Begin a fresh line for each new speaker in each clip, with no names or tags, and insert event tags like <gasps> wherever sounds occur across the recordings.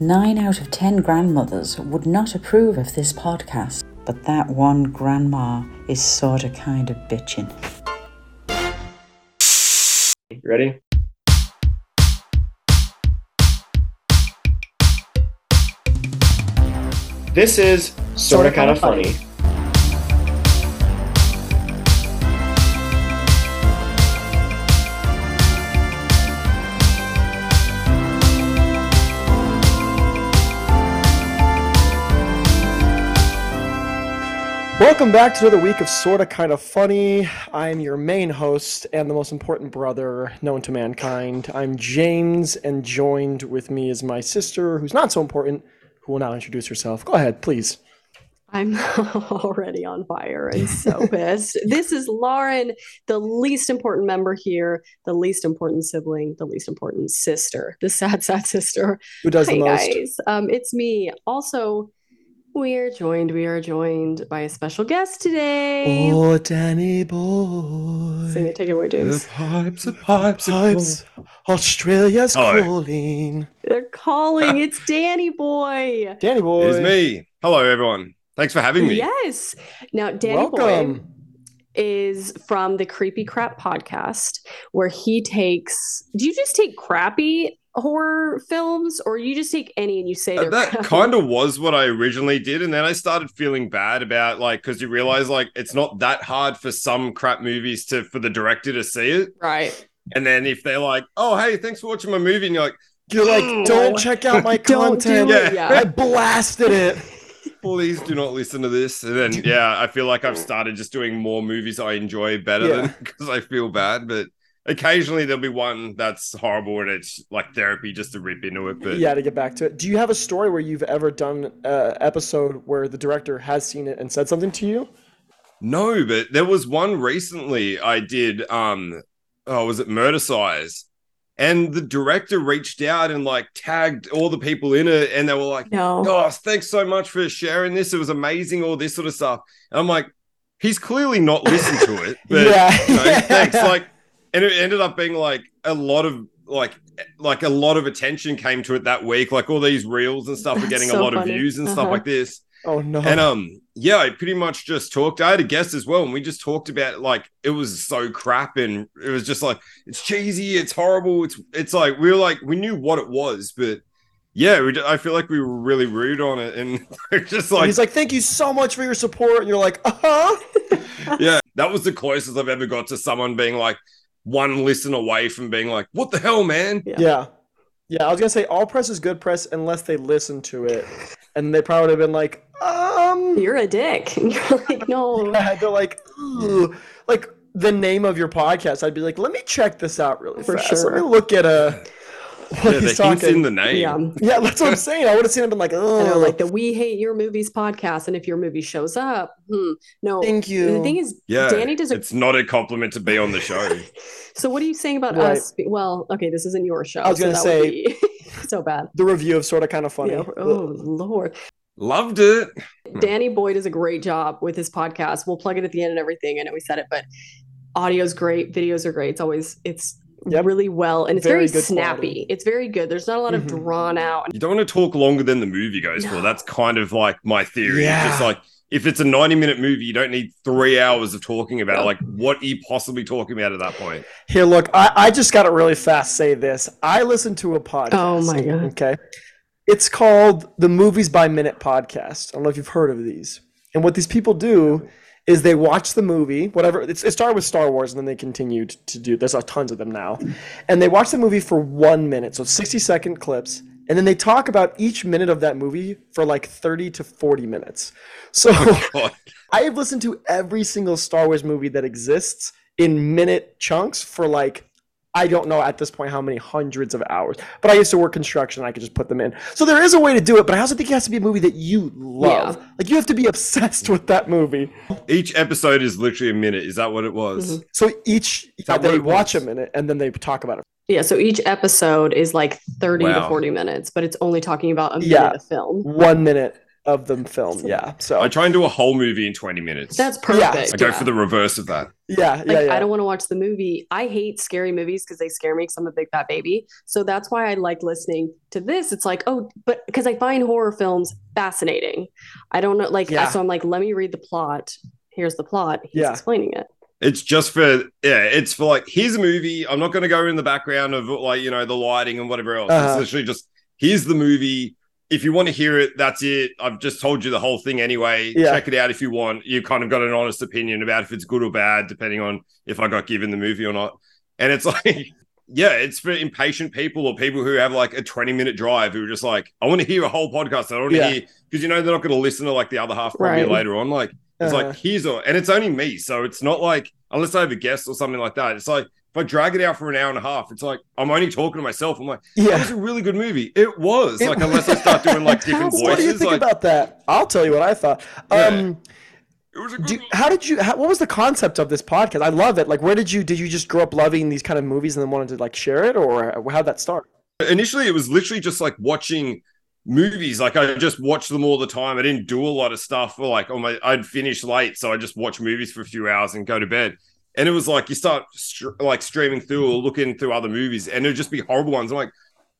Nine out of ten grandmothers would not approve of this podcast, but that one grandma is sorta kind of bitching.
Ready? This is sort of kind of funny.
Welcome back to another week of Sorta Kinda Funny. I'm your main host and the most important brother known to mankind. I'm James, and joined with me is my sister, who's not so important, who will now introduce herself. Go ahead, please. <laughs>
I'm already on fire and so pissed. This is Lauren, the least important member here, the least important sibling, the least important sister, the sad, sad sister.
Who does
Hi,
the most?
guys. Um, it's me. Also, we are joined. We are joined by a special guest today.
Oh, Danny
Sing
boy.
it, take it away, James.
pipes, the
Pipes, Australia's
Hi.
calling.
They're
<laughs>
calling. It's Danny Boy.
Danny boy.
It's me. Hello, everyone. Thanks for having me.
Yes. Now, Danny Boy.
Welcome.
is from the Creepy Crap podcast, where he takes. Do you just take crappy horror films, or you just take any and you say
Uh,
they're
That
<laughs>
crappy?
kind of was what I originally did. And then I started feeling bad about like, because you realize like it's not that hard for some crap movies to, for the director to see it.
right?
And then if they're like, oh, hey, thanks for watching my movie. And you're like,
You're
Oh.
like, don't check out my
<laughs> Don't do
content.
it.
Yeah.
Yeah.
I blasted it.
please do not listen to this. And
<laughs>
then, yeah, I feel like I've started just doing more movies I enjoy better
Yeah.
than <laughs> because I feel bad. But occasionally there'll be one that's horrible and it's like therapy just to rip into it. But
yeah to get back to it do you have a story where you've ever done an episode where the director has seen it and said something to you
No, but there was one recently I did um oh was it Murder Size? And the director reached out and like tagged all the people in it and they were like,
No.
"Oh, thanks so much for sharing this. It was amazing all this sort of stuff." And I'm like, he's clearly not listened
<laughs>
to it. But
yeah,
you know,
<laughs>
thanks like and it ended up being like a lot of like like a lot of attention came to it that week. Like all these reels and stuff were
That's
getting a
so
lot
funny.
of views and
Uh-huh.
stuff like this.
oh no
And um, yeah, I pretty much just talked. I had a guest as well, and we just talked about like it was so crap, and it was just like it's cheesy, it's horrible, it's it's like we were like we knew what it was, but yeah, we, d- I feel like we were really rude on it, and <laughs> we're just
And
like
he's like thank you so much for your support and you're like uh-huh
yeah, that was the closest I've ever got to someone being like one listen away from being like what the hell, man.
Yeah.
yeah yeah, i was gonna say all press is good press unless they listen to it and they probably would have been like um
You're a dick. <laughs> And you're like, no.
yeah, they're
<gasps>
like Ugh. like the name of your podcast i'd be like let me check this out really
For
fast
sure.
let me look at uh what
Yeah, the
he's
hints
talking
in the name.
Yeah.
<laughs> yeah that's what i'm saying i would have seen it and been like
I know,
oh
like the We Hate Your Movies podcast, and if your movie shows up, hmm, no.
thank you
The thing is,
Yeah,
Danny does a
it's not a compliment to be on the show. <laughs>
<laughs> So what are you saying about
Right.
us? be- Well, okay, this isn't your show.
I was gonna
so that
say-
would be <laughs> so bad.
the review of sort of kind of funny.
Yeah. Oh Lord,
Loved it.
Hmm.
Danny Boyd does a great job with his podcast. We'll plug it at the end and everything. I know we said it, but audio's great, videos are great. It's always it's
Yep.
really well and it's
Very
very,
good
snappy.
quality.
It's very good. There's not a lot
Mhm.
of drawn out.
You don't want to talk longer than the movie goes
No.
for. That's kind of like my theory.
Yeah.
Just like if it's a 90 minute movie, you don't need three hours of talking about it.
No.
like what are you possibly talking about at that point?
Here, look, I, I just got to really fast say this. I listened to a podcast.
Oh my god.
Okay. It's called the Movies by Minute podcast. I don't know if you've heard of these. And what these people do is they watch the movie, whatever. It's, it started with Star Wars and then they continued to do. There's uh, tons of them now. And they watch the movie for one minute. So 60 second clips. And then they talk about each minute of that movie for like 30 to 40 minutes. So.
God.
I have listened to every single Star Wars movie that exists in minute chunks for like I don't know at this point how many hundreds of hours. But I used to work construction and I could just put them in. So there is a way to do it, but I also think it has to be a movie that you love. Like you have to be obsessed with that movie.
Each episode is literally a minute. Is that what it was?
Mm-hmm.
Mhm.
So each
that what
they
it
watch a
was?
minute and then they talk about it.
Yeah. So each episode is like 30 to
Wow.
40 minutes, but it's only talking about a minute
Yeah.
of film.
One minute of the film. Yeah. So
I try and do a whole movie in 20 minutes.
That's
Yeah.
perfect.
I go
yeah.
for the reverse of that.
yeah, yeah,
Like
yeah.
I don't want to watch the movie. I hate scary movies because they scare me because I'm a big fat baby. So that's why I like listening to this. It's like, oh, but because I find horror films fascinating. I don't know, like,
Yeah.
so I'm like, let me read the plot. Here's the plot. He's
Yeah.
explaining it.
It's just for yeah, it's for like here's a movie. I'm not going to go in the background of like you know the lighting and whatever else.
Uh-huh.
It's literally just here's the movie. If you want to hear it, that's it. I've just told you the whole thing anyway.
Yeah.
Check it out if you want. You've kind of got an honest opinion about if it's good or bad, depending on if I got given the movie or not. And it's <laughs> like, yeah, it's for impatient people or people who have like a 20 minute drive who are just like, I want to hear a whole podcast. I don't want to
Yeah.
hear because you know they're not going to listen to like the other half probably
Right.
later on. Like. It's
Uh-huh.
like here's all, and it's only me, so it's not like unless I have a guest or something like that. It's like if I drag it out for an hour and a half, it's like I'm only talking to myself. I'm like, that
yeah.
was a really good movie. It was
It-
like unless I start
<laughs>
doing like different
How's-
voices,
what do you think
like
about that? I'll tell you what I thought.
Yeah.
Um,
it was a good.
do, how did you? How, what was the concept of this podcast? I love it. Like, where did you? Did you just grow up loving these kind of movies and then wanted to like share it, or how'd that start?
Initially, it was literally just like watching movies. Like I just watched them all the time. I didn't do a lot of stuff. Or like, oh my, I'd finish late, so I just watch movies for a few hours and go to bed. And it was like you start str- like streaming through or looking through other movies, and it'd just be horrible ones. I'm like,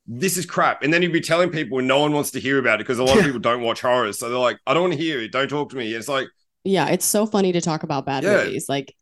this is crap. And then you'd be telling people, and no one wants to hear about it because a lot of
Yeah.
people don't watch horrors, so they're like, I don't want to hear it. Don't talk to me. And it's like.
Yeah, it's so funny to talk about bad
Yeah.
movies. Like,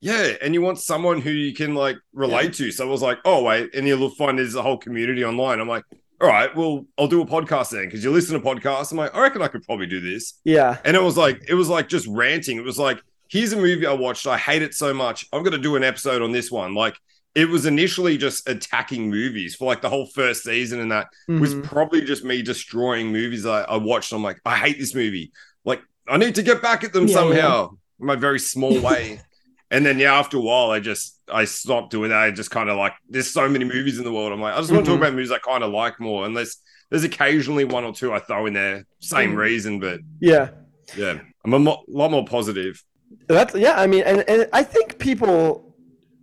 Yeah, and you want someone who you can like relate to. So I was like, oh wait, and you'll find there's a whole community online. I'm like, all right, well, I'll do a podcast then because you listen to podcasts. I'm like, I reckon I could probably do this.
Yeah.
And it was like, it was like just ranting. It was like, here's a movie I watched. I hate it so much. I'm gonna do an episode on this one. Like it was initially just attacking movies for like the whole first season and that was
Mm-hmm.
Mhm.
probably just me destroying movies I, I watched. I'm like, I hate this movie. Like, I need to get back at them
Yeah,
somehow in my very small way.
<laughs>
and then yeah, after a while, I just I stopped doing that. I just kind of like there's so many movies in the world. I'm like, I just want to
Mhm.
talk
Mm-hmm.
about movies I kind of like more, unless there's occasionally one or two I throw in there, same
Mhm.
reason, but
Yeah.
yeah. I'm a mo- lot more positive.
That's yeah. I mean, and, and I think people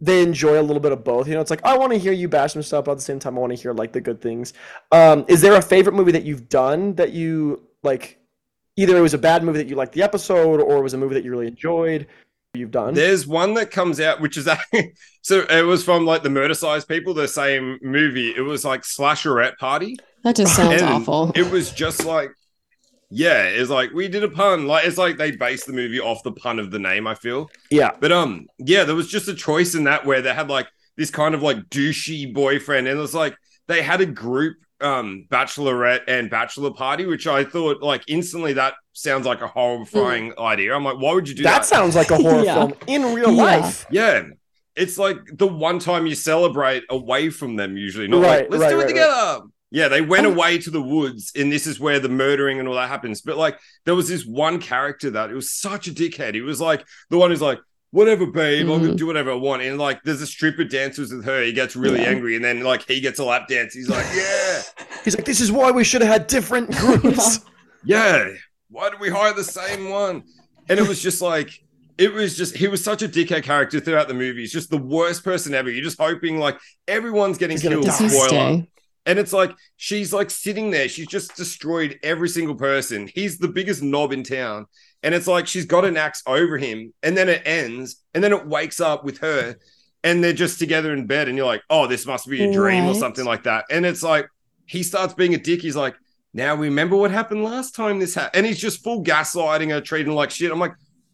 they enjoy a little bit of both. You know, it's like I want to hear you bash some stuff, but at the same time, I want to hear like the good things. Um, is there a favorite movie that you've done that you like? Either it was a bad movie that you liked the episode, or it was a movie that you really enjoyed. You've
Mm-hmm.
done.
There's one that comes out, which is <laughs> so it was from like the Murder Size people, the same movie. It was like Slasherette Party.
that just sounds
And
awful.
it was just like yeah it's like we did a pun like it's like they based the movie off the pun of the name i feel
yeah.
but um yeah there was just a choice in that where they had like this kind of like douchey boyfriend and it was like they had a group um bachelorette and bachelor party which i thought like instantly that sounds like a horrifying idea i'm like why would you do
Mm. That
that
sounds like a horror
<laughs> Yeah.
film in real
Yeah.
life.
yeah it's like the one time you celebrate away from them usually not
Right,
like let's
right,
do it
right,
together yeah they went
Oh.
away to the woods and this is where the murdering and all that happens but like there was this one character that it was such a dickhead he was like the one who's like whatever babe i'm
Mm-hmm.
gonna
Mhm.
do whatever i want and like there's a stripper dances with her he gets really
Yeah.
angry and then like he gets a lap dance he's like yeah
He's like, this is why we should have had different groups.
yeah why did we hire the same one and it was just like it was just he was such a dickhead character throughout the movie he's just the worst person ever you're just hoping like everyone's getting
He's gonna eh?
killed
Does he
spoiler
stay?
and it's like she's like sitting there she's just destroyed every single person he's the biggest knob in town and it's like she's got an axe over him and then it ends and then it wakes up with her and they're just together in bed and you're like oh this must be a dream or
Right.
something like that and it's like he starts being a dick he's like now remember what happened last time this happened and he's just full gaslighting her treating her like shit i'm like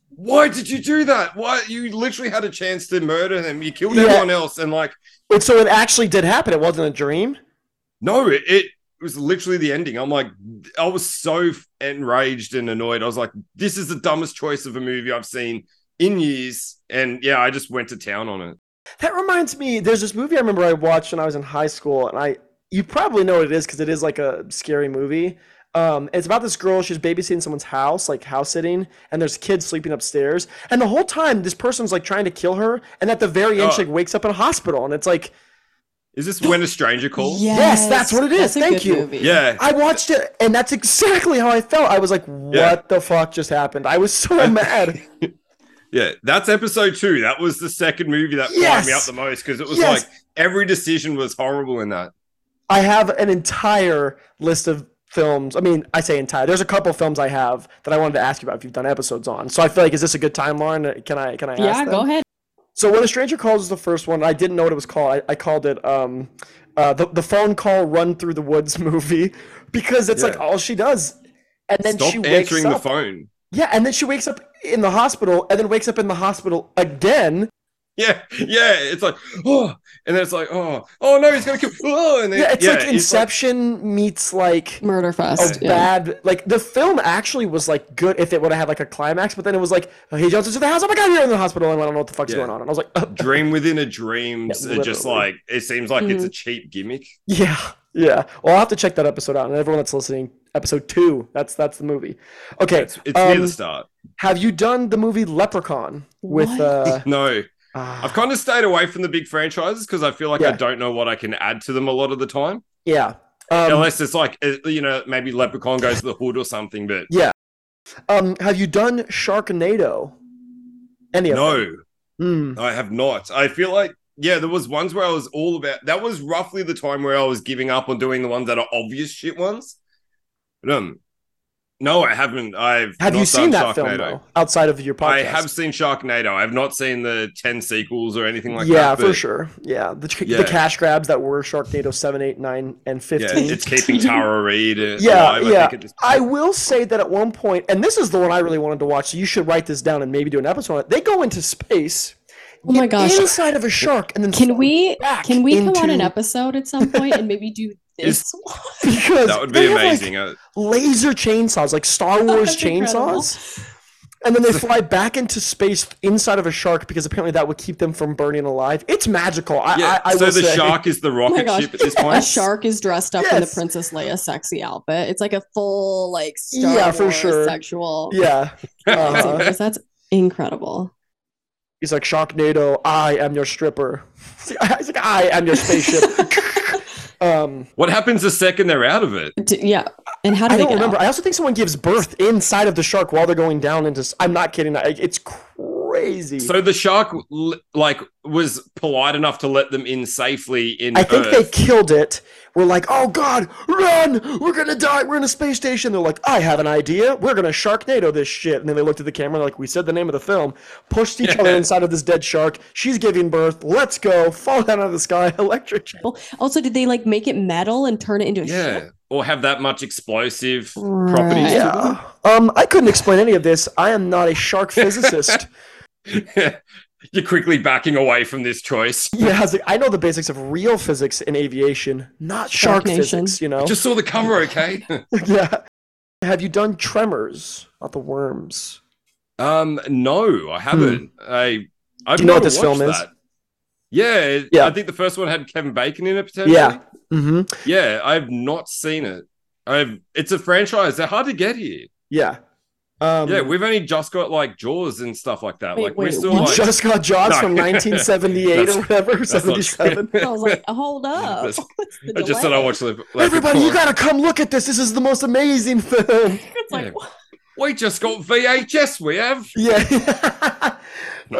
why did you do that why you literally had a chance to murder him you killed
Yeah.
everyone else and like
Wait, so it actually did happen. It wasn't a dream.
no, it, it was literally the ending. I'm like, I was so f- enraged and annoyed. I was like, this is the dumbest choice of a movie I've seen in years. And yeah, I just went to town on it.
That reminds me, there's this movie I remember I watched when I was in high school, and I you probably know what it is because it is like a scary movie. Um, it's about this girl. She's babysitting someone's house, like house sitting, and there's kids sleeping upstairs. And the whole time, this person's like trying to kill her. And at the very end, she
Oh.
like, wakes up in a hospital, and it's like
Is this when a stranger calls?
Yes, that's what it is.
That's a
Thank
good
you.
movie.
Yeah.
I watched it, and that's exactly how I felt. I was like, "What
Yeah.
the fuck just happened?" I was
<laughs>
so mad.
Yeah. That's episode two. That was the second movie that
Yes!
fired me up the most because it was
Yes.
like every decision was horrible in that.
I have an entire list of films. I mean, I say entire. There's a couple films I have that I wanted to ask you about if you've done episodes on. So I feel like is this a good time, Lauren? Can I can I ask?
yeah,
them?
go ahead.
So when a stranger calls is the first one. I didn't know what it was called. I, I called it um, uh, the the phone call run through the woods <laughs> movie because it's like
Yeah.
all she does, and then
Stop
she wakes
answering
up.
the phone.
Yeah, and then she wakes up in the hospital, and then wakes up in the hospital again.
Yeah, yeah. It's like, oh, and then it's like, oh, oh no, he's gonna kill. Oh, and then,
Yeah, it's like
it's
Inception meets like
Murder
a
Fest. yeah.
bad like the film actually was like good if it would have had like a climax, but then it was like oh, he jumps into the house. Oh my god, you're in the hospital, and I don't know what the fuck's
Yeah.
going on. And I was like, "Uh,
dream within a dream.
Yeah,
so
literally.
just
Hmm.
like it seems like it's a cheap gimmick.
Yeah, yeah. Well, I'll have to check that episode out, and everyone that's listening, episode two. That's that's the movie. Okay,
It's, it's near
um,
the start.
have you done the movie Leprechaun with?
What?
uh
No,
ah,
I've kind <laughs> of stayed away from the big franchises because I feel like
Yeah.
I don't know what I can add to them a lot of the time,
Yeah. Um,
unless it's like uh, you know maybe Leprechaun goes to the hood or something. But
um, have you done Sharknado? Any of them?
no,
Hmm.
I have not. I feel like yeah, there was ones where I was all about. That was roughly the time where I was giving up on doing the ones that are obvious shit ones. But, um, no, I haven't. I've
Have
not
you seen
done
that film
Sharknado.
though? Outside of your podcast,
I have seen Sharknado. I've not seen the ten sequels or anything like
yeah,
that.
for
but
sure. Yeah, the, ch-
Yeah.
the cash grabs that were Sharknado seven, eight, nine, and
Yeah,
fifteen.
it's keeping Tara
<laughs>
Reid. uh,
Yeah,
alive, I
yeah.
think, at this
I
point.
will say that at one point, and this is the one I really wanted to watch. So you should write this down and maybe do an episode on it. They go into space.
Oh my
in-
gosh.
Inside of a shark, and then
Can
fall
we
back
can we come on an
into-
episode at some point and maybe do
<laughs> Is-
this?
<laughs> Because
that would be
they have, like,
amazing. Uh,
laser chainsaws, like Star Wars
<laughs> That's incredible.
chainsaws, and then they fly back into space inside of a shark because apparently that would keep them from burning alive. It's magical. I,
yeah.
I, I
so
will
the
say.
shark is the
Oh my
rocket
gosh.
ship at this
A
point. <laughs>
shark is dressed up in the
Yes.
Princess Leia sexy outfit. It's like a full like Star
Yeah, for
Wars
sure.
sexual.
<laughs> Yeah, uh-huh.
lightsabers. Oh, That's incredible.
he's like Sharknado. I am your stripper. <laughs> He's like I am your spaceship.
<laughs>
um,
What happens the second they're out of it?
D- yeah, and how do
I
they
don't
get
remember.
out?
I also think someone gives birth inside of the shark while they're going down into. s- I'm not kidding. I, it's crazy.
So the shark, l- like, was polite enough to let them in safely. In
I think they
Earth.
killed it. We're like, oh god, run! We're gonna die. We're in a space station. They're like, I have an idea. We're gonna Sharknado this shit. And then they looked at the camera like, we said the name of the film. Pushed each other
Yeah.
inside of this dead shark. She's giving birth. Let's go. Fall down out of the sky. <laughs> Electric.
Also, did they like make it metal and turn it into a
yeah,
ship?
or have that much explosive property.
Right.
Yeah. Um, I couldn't explain any of this. I am not a shark physicist.
You're quickly backing away from this choice.
yeah, I, was like, I know the basics of real physics in aviation, not shark,
Shark Nation.
physics. You know.
Just saw the cover, okay?
<laughs> yeah. Have you done Tremors? Not the worms.
um, no, I haven't. I I
Hmm. Do you know what this film
is?
is?
Yeah, it-
Yeah.
I think the first one had Kevin Bacon in it potentially.
Yeah. Mm-hmm.
Yeah, I've not seen it. I've it's a franchise. They're hard to get here.
Yeah. Um,
yeah, we've only just got like Jaws and stuff like that.
Wait,
like we're
wait,
still
we <laughs>
like
just got Jaws
No.
from 1978 or
That's-
whatever,
that's not
77.
true.
I was like,
<laughs>
hold up.
That's-
<laughs> What's the
I just said I
delay?
watched Lep-
Everybody, you gotta
Leprechaun.
come look at this. This is the most amazing film.
<laughs>
<laughs>
It's like,
Yeah.
what?
We just got VHS. We have.
yeah.
No,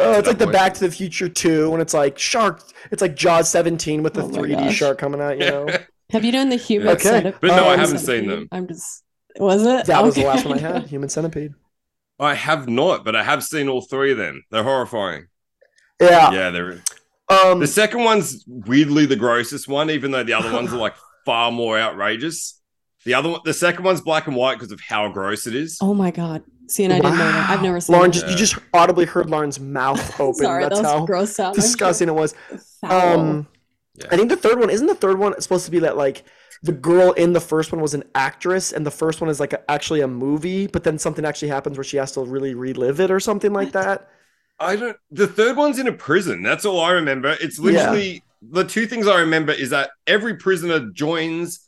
<laughs> Oh, it's
that
like the
way.
Back to the Future 2 when it's like shark. It's like Jaws 17 with the
Oh my
3D
gosh.
shark coming out, you
<laughs>
know?
have you done the human?
Okay,
centip-
but no, I
human
haven't seen
centipede?
them.
I'm just was it?
That was the
Okay.
last one I had, Human Centipede.
I have not, but I have seen all three of them. They're horrifying.
Yeah.
yeah, they're.
Um,
The second one's weirdly the grossest one, even though the other ones are like far more outrageous. The other one, the second one's black and white because of how gross it is.
<laughs> Oh my god! See, and I didn't know that. I've
wow.
never seen.
Lauren,
that.
just, you just audibly heard Lauren's
<laughs>
mouth open.
Sorry,
That's
that was
how
gross sound. I'm sure.
disgusting it was.
<laughs> Foul.
Um,
Yeah.
I think the third one isn't the third one supposed to be that like the girl in the first one was an actress and the first one is like a, actually a movie, but then something actually happens where she has to really relive it or something like that.
I don't. The third one's in a prison. That's all I remember. It's literally the two things I remember is that every prisoner joins,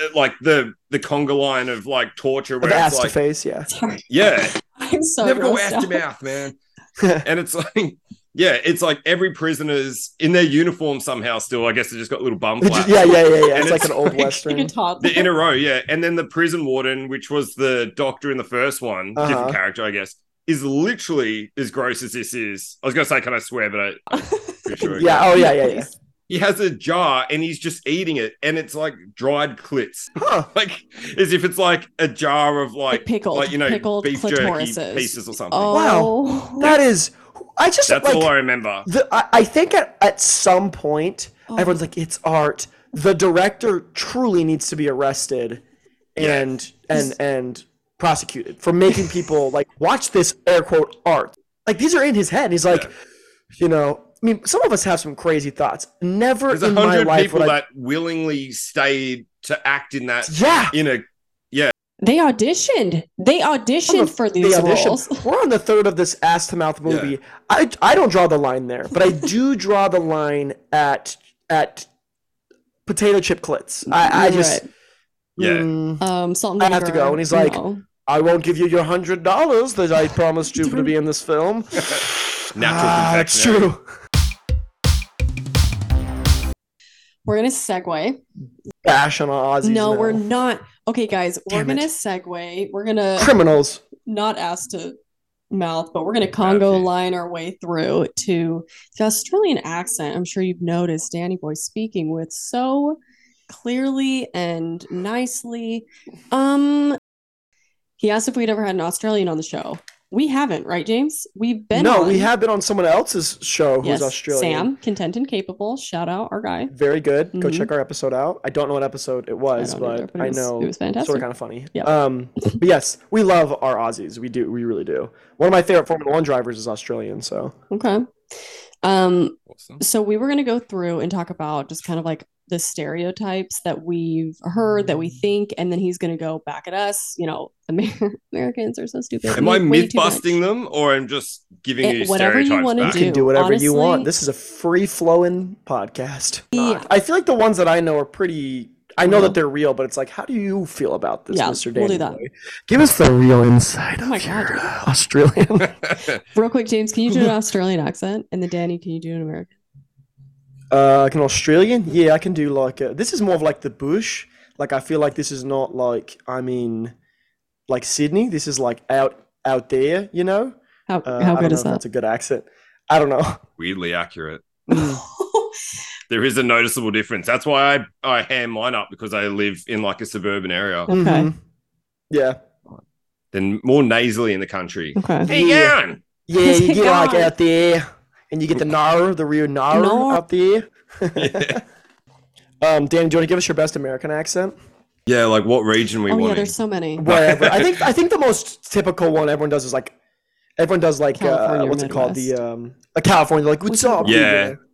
uh, like the the conga line of like torture,
Of
where
ass
it's
to
like,
face, yeah.
Sorry. <laughs>
yeah,
I'm so
never go
grossed out.
aftermath, man. and it's like, yeah, it's like every prisoner's in their uniform somehow. Still, I guess they just got little bum
Just- <laughs>
flaps.
yeah, yeah, yeah, yeah.
<laughs> And
It's like
it's
an old
<laughs>
like-
Like a
western.
toddler.
The in a row, yeah. And then the prison warden, which was the doctor in the first one,
Uh-huh.
different character, I guess, is literally as gross as this is. I was gonna say, can I swear? But I, I'm pretty sure. I
Yeah.
can.
Oh, yeah, yeah, yeah.
Please.
He has a jar and he's just eating it, and it's like dried clits,
<laughs>
<laughs>
Huh.
like as if it's like a jar of like
pickled-
like you know,
pickled
beef jerky
clitorises.
pieces or something.
Oh,
That is, I just
That's
like,
all I remember.
the, I, I think at, at some point,
Oh.
everyone's like, it's art. The director truly needs to be arrested and and and prosecuted for
<laughs>
making people like watch this air quote art. Like these are in his head. He's like,
Yeah.
you know, I mean, some of us have some crazy thoughts. Never
There's a
in my
hundred
life
people
would I-
that willingly stayed to act in
<laughs>
that
yeah.
in a
they auditioned. They auditioned
On the-
for
the
these
audition.
roles.
We're on the third of this ass to mouth movie. I I don't draw the line there, but I do draw the line at at potato chip clits. I, I
You're
just
right.
Yeah.
Mm,
um, salt and
I have to
vinegar.
go. And he's like,
No.
I won't give you your hundred dollars that I promised you to be in this film.
<laughs> natural
Ah, that's
confectionery.
true.
we're gonna segue.
Bash on our Aussies.
No,
now.
we're not. Okay, guys, we're
Damn it.
gonna segue. We're gonna
criminals.
not ass to mouth, but we're gonna Congo
Okay.
line our way through to the Australian accent. I'm sure you've noticed Danny Boy speaking with so clearly and nicely. Um, he asked if we'd ever had an Australian on the show. We haven't, right, James? We've been
no, we
on-
have been on someone else's show who's
Yes,
Australian.
Sam, content and capable. Shout out our guy.
Very good. Go
Mhm.
check our episode out. I don't know what episode it was,
don't
but
either, but it
I
was-
know
it was fantastic.
Sort of kind of funny.
Yep.
Um, but yes, we love our Aussies. We do. We really do. One of my favorite Formula One drivers is Australian. So
Okay. Um,
Awesome.
so we were going to go through and talk about just kind of like the stereotypes that we've heard that
Mm.
we think and then he's going to go back at us you know Amer- <laughs> americans are so stupid
Am
We- way
I myth
too much.
busting them, or I'm just giving
Eh,
you
whatever you
stereotypes
wanna
back?
you can
do,
do whatever you want.
honestly-
This is a free flowing podcast.
Yeah.
Not- I feel like the ones that I know are pretty. I know
Real.
that they're real, but it's like, how do you feel about this,
Yeah,
Mr.
we'll do
Danny?
that.
Boy? Give us the real inside
Oh
of
my
your
God.
uh, Australian.
real quick james can you do an australian accent and then danny can you do an american
Uh, like an Australian? Yeah, I can do like a, this is more of like the bush. Like I feel like this is not like I'm in like Sydney. This is like out out there, you know?
how,
Uh,
how
I don't
good
know
is
if
that
that's a good accent. I don't know.
<laughs>
<laughs>
Weirdly accurate.
Mm.
<laughs> There is a noticeable difference. That's why I I hand mine up because I live in like a suburban area.
Okay.
Mhm.
<laughs>
Yeah.
Then more nasally in the country.
okay
Hey,
Yeah.
Aaron.
Yeah, you get like
God.
out there and you get the nar, the real nar
Nar.
out there. <laughs>
Yeah.
Um, Dan, do you want to give us your best American accent?
Yeah, like what region we
oh yeah
want? in?
there's so many
Whatever. I think I think the most typical one everyone does is like everyone does like uh,
California or
what's it called? The
Midwest.
um, uh, California, like what's
What's up?
up?
Yeah.
people?"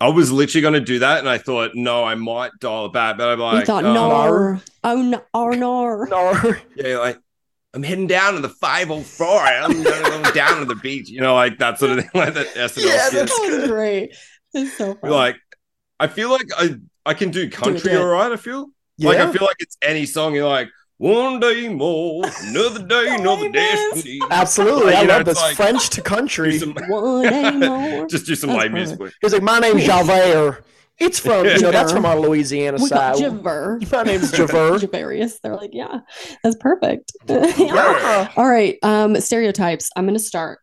I was literally going to do that, and I thought, no, I might dial it back. But I'm
you
like,
thought
uh,
no oh no oh,
<laughs>
no
Nar.
yeah, like I'm heading down to the 504. I'm going to go down to the beach. You know, like that sort of thing, <laughs> like that SNL
Yeah,
skit.
that's-
that was great it's so funny
Like, I feel like I I can do country
do it.
all right. I feel like I feel like it's any song. You're like one day more, another day, another
Like this.
destiny.
Absolutely.
Like,
I
you know,
love
it's
this
like-
French to
Do
country.
some-
one day more
<laughs> just do some
That's
light
perfect.
music.
He's like, my name's Javert. It's from, you know, that's from our Louisiana
we got
side.
Jiver.
my name's
<laughs>
Javert.
Javarius. They're like, yeah, that's perfect. <laughs>
Yeah.
All right. Um, stereotypes. I'm gonna start.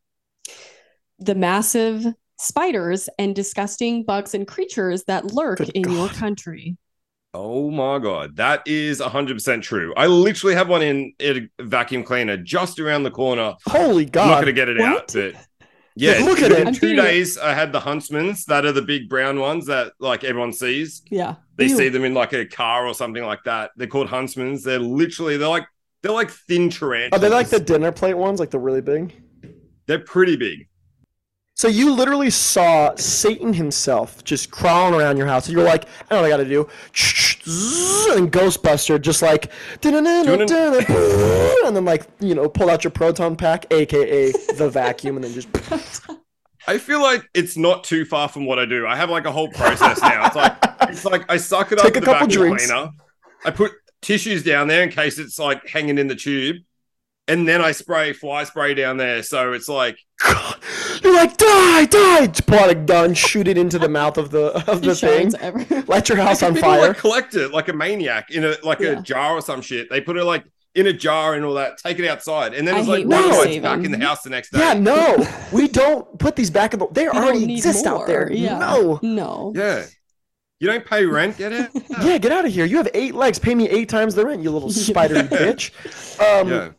The massive spiders and disgusting bugs and creatures that lurk
Good
in your
God.
country.
Oh my god, that is 100% true. I literally have one in in a vacuum cleaner just around the corner.
Holy
I'm not
God.
going to get it
What?
out, but yeah,
Look at
in
it.
I'm
two
feeding it.
days I had the huntsmans that are the big brown ones that like everyone sees.
Yeah.
They
Ew. <laughs>
see them in like a car or something like that. They're called huntsmans. They're literally they're like they're like thin
Are
tarantulas.
they Oh, like the dinner plate ones, like the really big?
They're pretty big.
So you literally saw Satan himself just crawling around your house. and You're like, I know what I got to do. Zzz, And Ghostbuster just like,
<laughs>
"Da-na-na-na-na-na," and then like, you know, pull out your proton pack, aka the vacuum, and then
<laughs>
just.
I feel like it's not too far from what I do. I have like a whole process now. It's like it's like I suck it
<laughs>
up
Take
with
a
the
couple
vacuum
drinks.
cleaner. I put tissues down there in case it's like hanging in the tube, and then I spray fly spray down there. So it's like
God. You're like, die, die! Just Pull out a gun, shoot it into the mouth of the of the
It shines
thing.
everywhere.
Light your house
<laughs>
on
people
fire.
like collect it like a maniac in a like
Yeah.
a jar or some shit. They put it like in a jar and all that. Take it outside, and then
I
it's
hate
like
when
no,
they
it's
save
back in the
them.
house the next day.
Yeah,
<laughs>
no, we don't put these back in the. They
People
already
need
exist out there.
more, yeah.
No,
No.
Yeah. You don't pay rent,
<laughs>
get it?
Yeah, get out of here. You have eight legs. Pay me eight times the rent, you little spidery bitch. Um,
<laughs> yeah.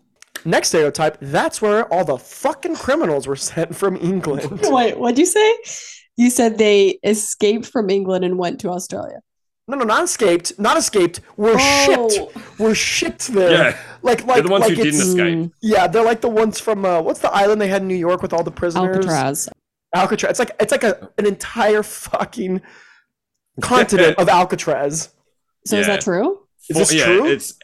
Next stereotype that's where all the fucking criminals were <laughs> sent from England.
Wait, what'd you say? You said they escaped from England and went to Australia.
No, no, not escaped. Not escaped. We're
Oh.
shipped. We're shipped there.
Yeah.
Like,
They're
like,
the ones
like
who didn't
it's,
escape.
Hmm.
yeah, they're like the ones from, uh, what's the island they had in New York with all the prisoners?
Alcatraz.
Alcatraz. It's like, it's like a, an entire fucking
<laughs>
continent of Alcatraz.
So is
Yeah.
that true?
Is this
yeah,
true?
it's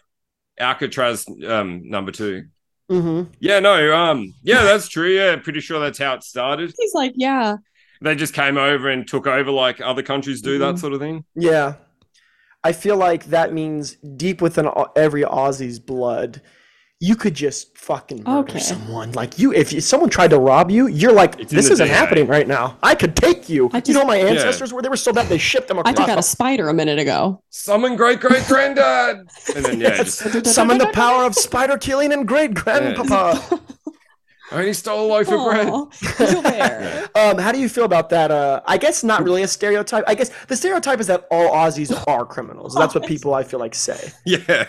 Alcatraz um, number two.
Mm-hmm.
Yeah, no, um, yeah, that's true. Yeah, pretty sure that's how it started.
He's like, yeah.
They just came over and took over like other countries do
Mm-hmm.
that sort of thing.
Yeah. I feel like that means deep within au- every Aussie's blood, you could just fucking murder
Okay.
someone. Like you, if you, someone tried to rob you, you're like,
It's in
this
the
isn't
DNA.
happening right now. I could take you.
I
you
just-
know, my
Yeah.
ancestors were they were still dead. They shipped them
I
across.
took out a spider a minute ago.
Summon great great granddad.
<laughs>
And then yeah,
Yes.
just
Summon
<laughs>
the power of spider killing and great grandpapa.
only stole a loaf of bread.
Aw,
<laughs>
little bear.
Um, how do you feel about that? Uh, I guess not really a stereotype. I guess the stereotype is that all Aussies are criminals. That's
<laughs>
what people I feel like say.
<laughs>
<laughs>
Yeah.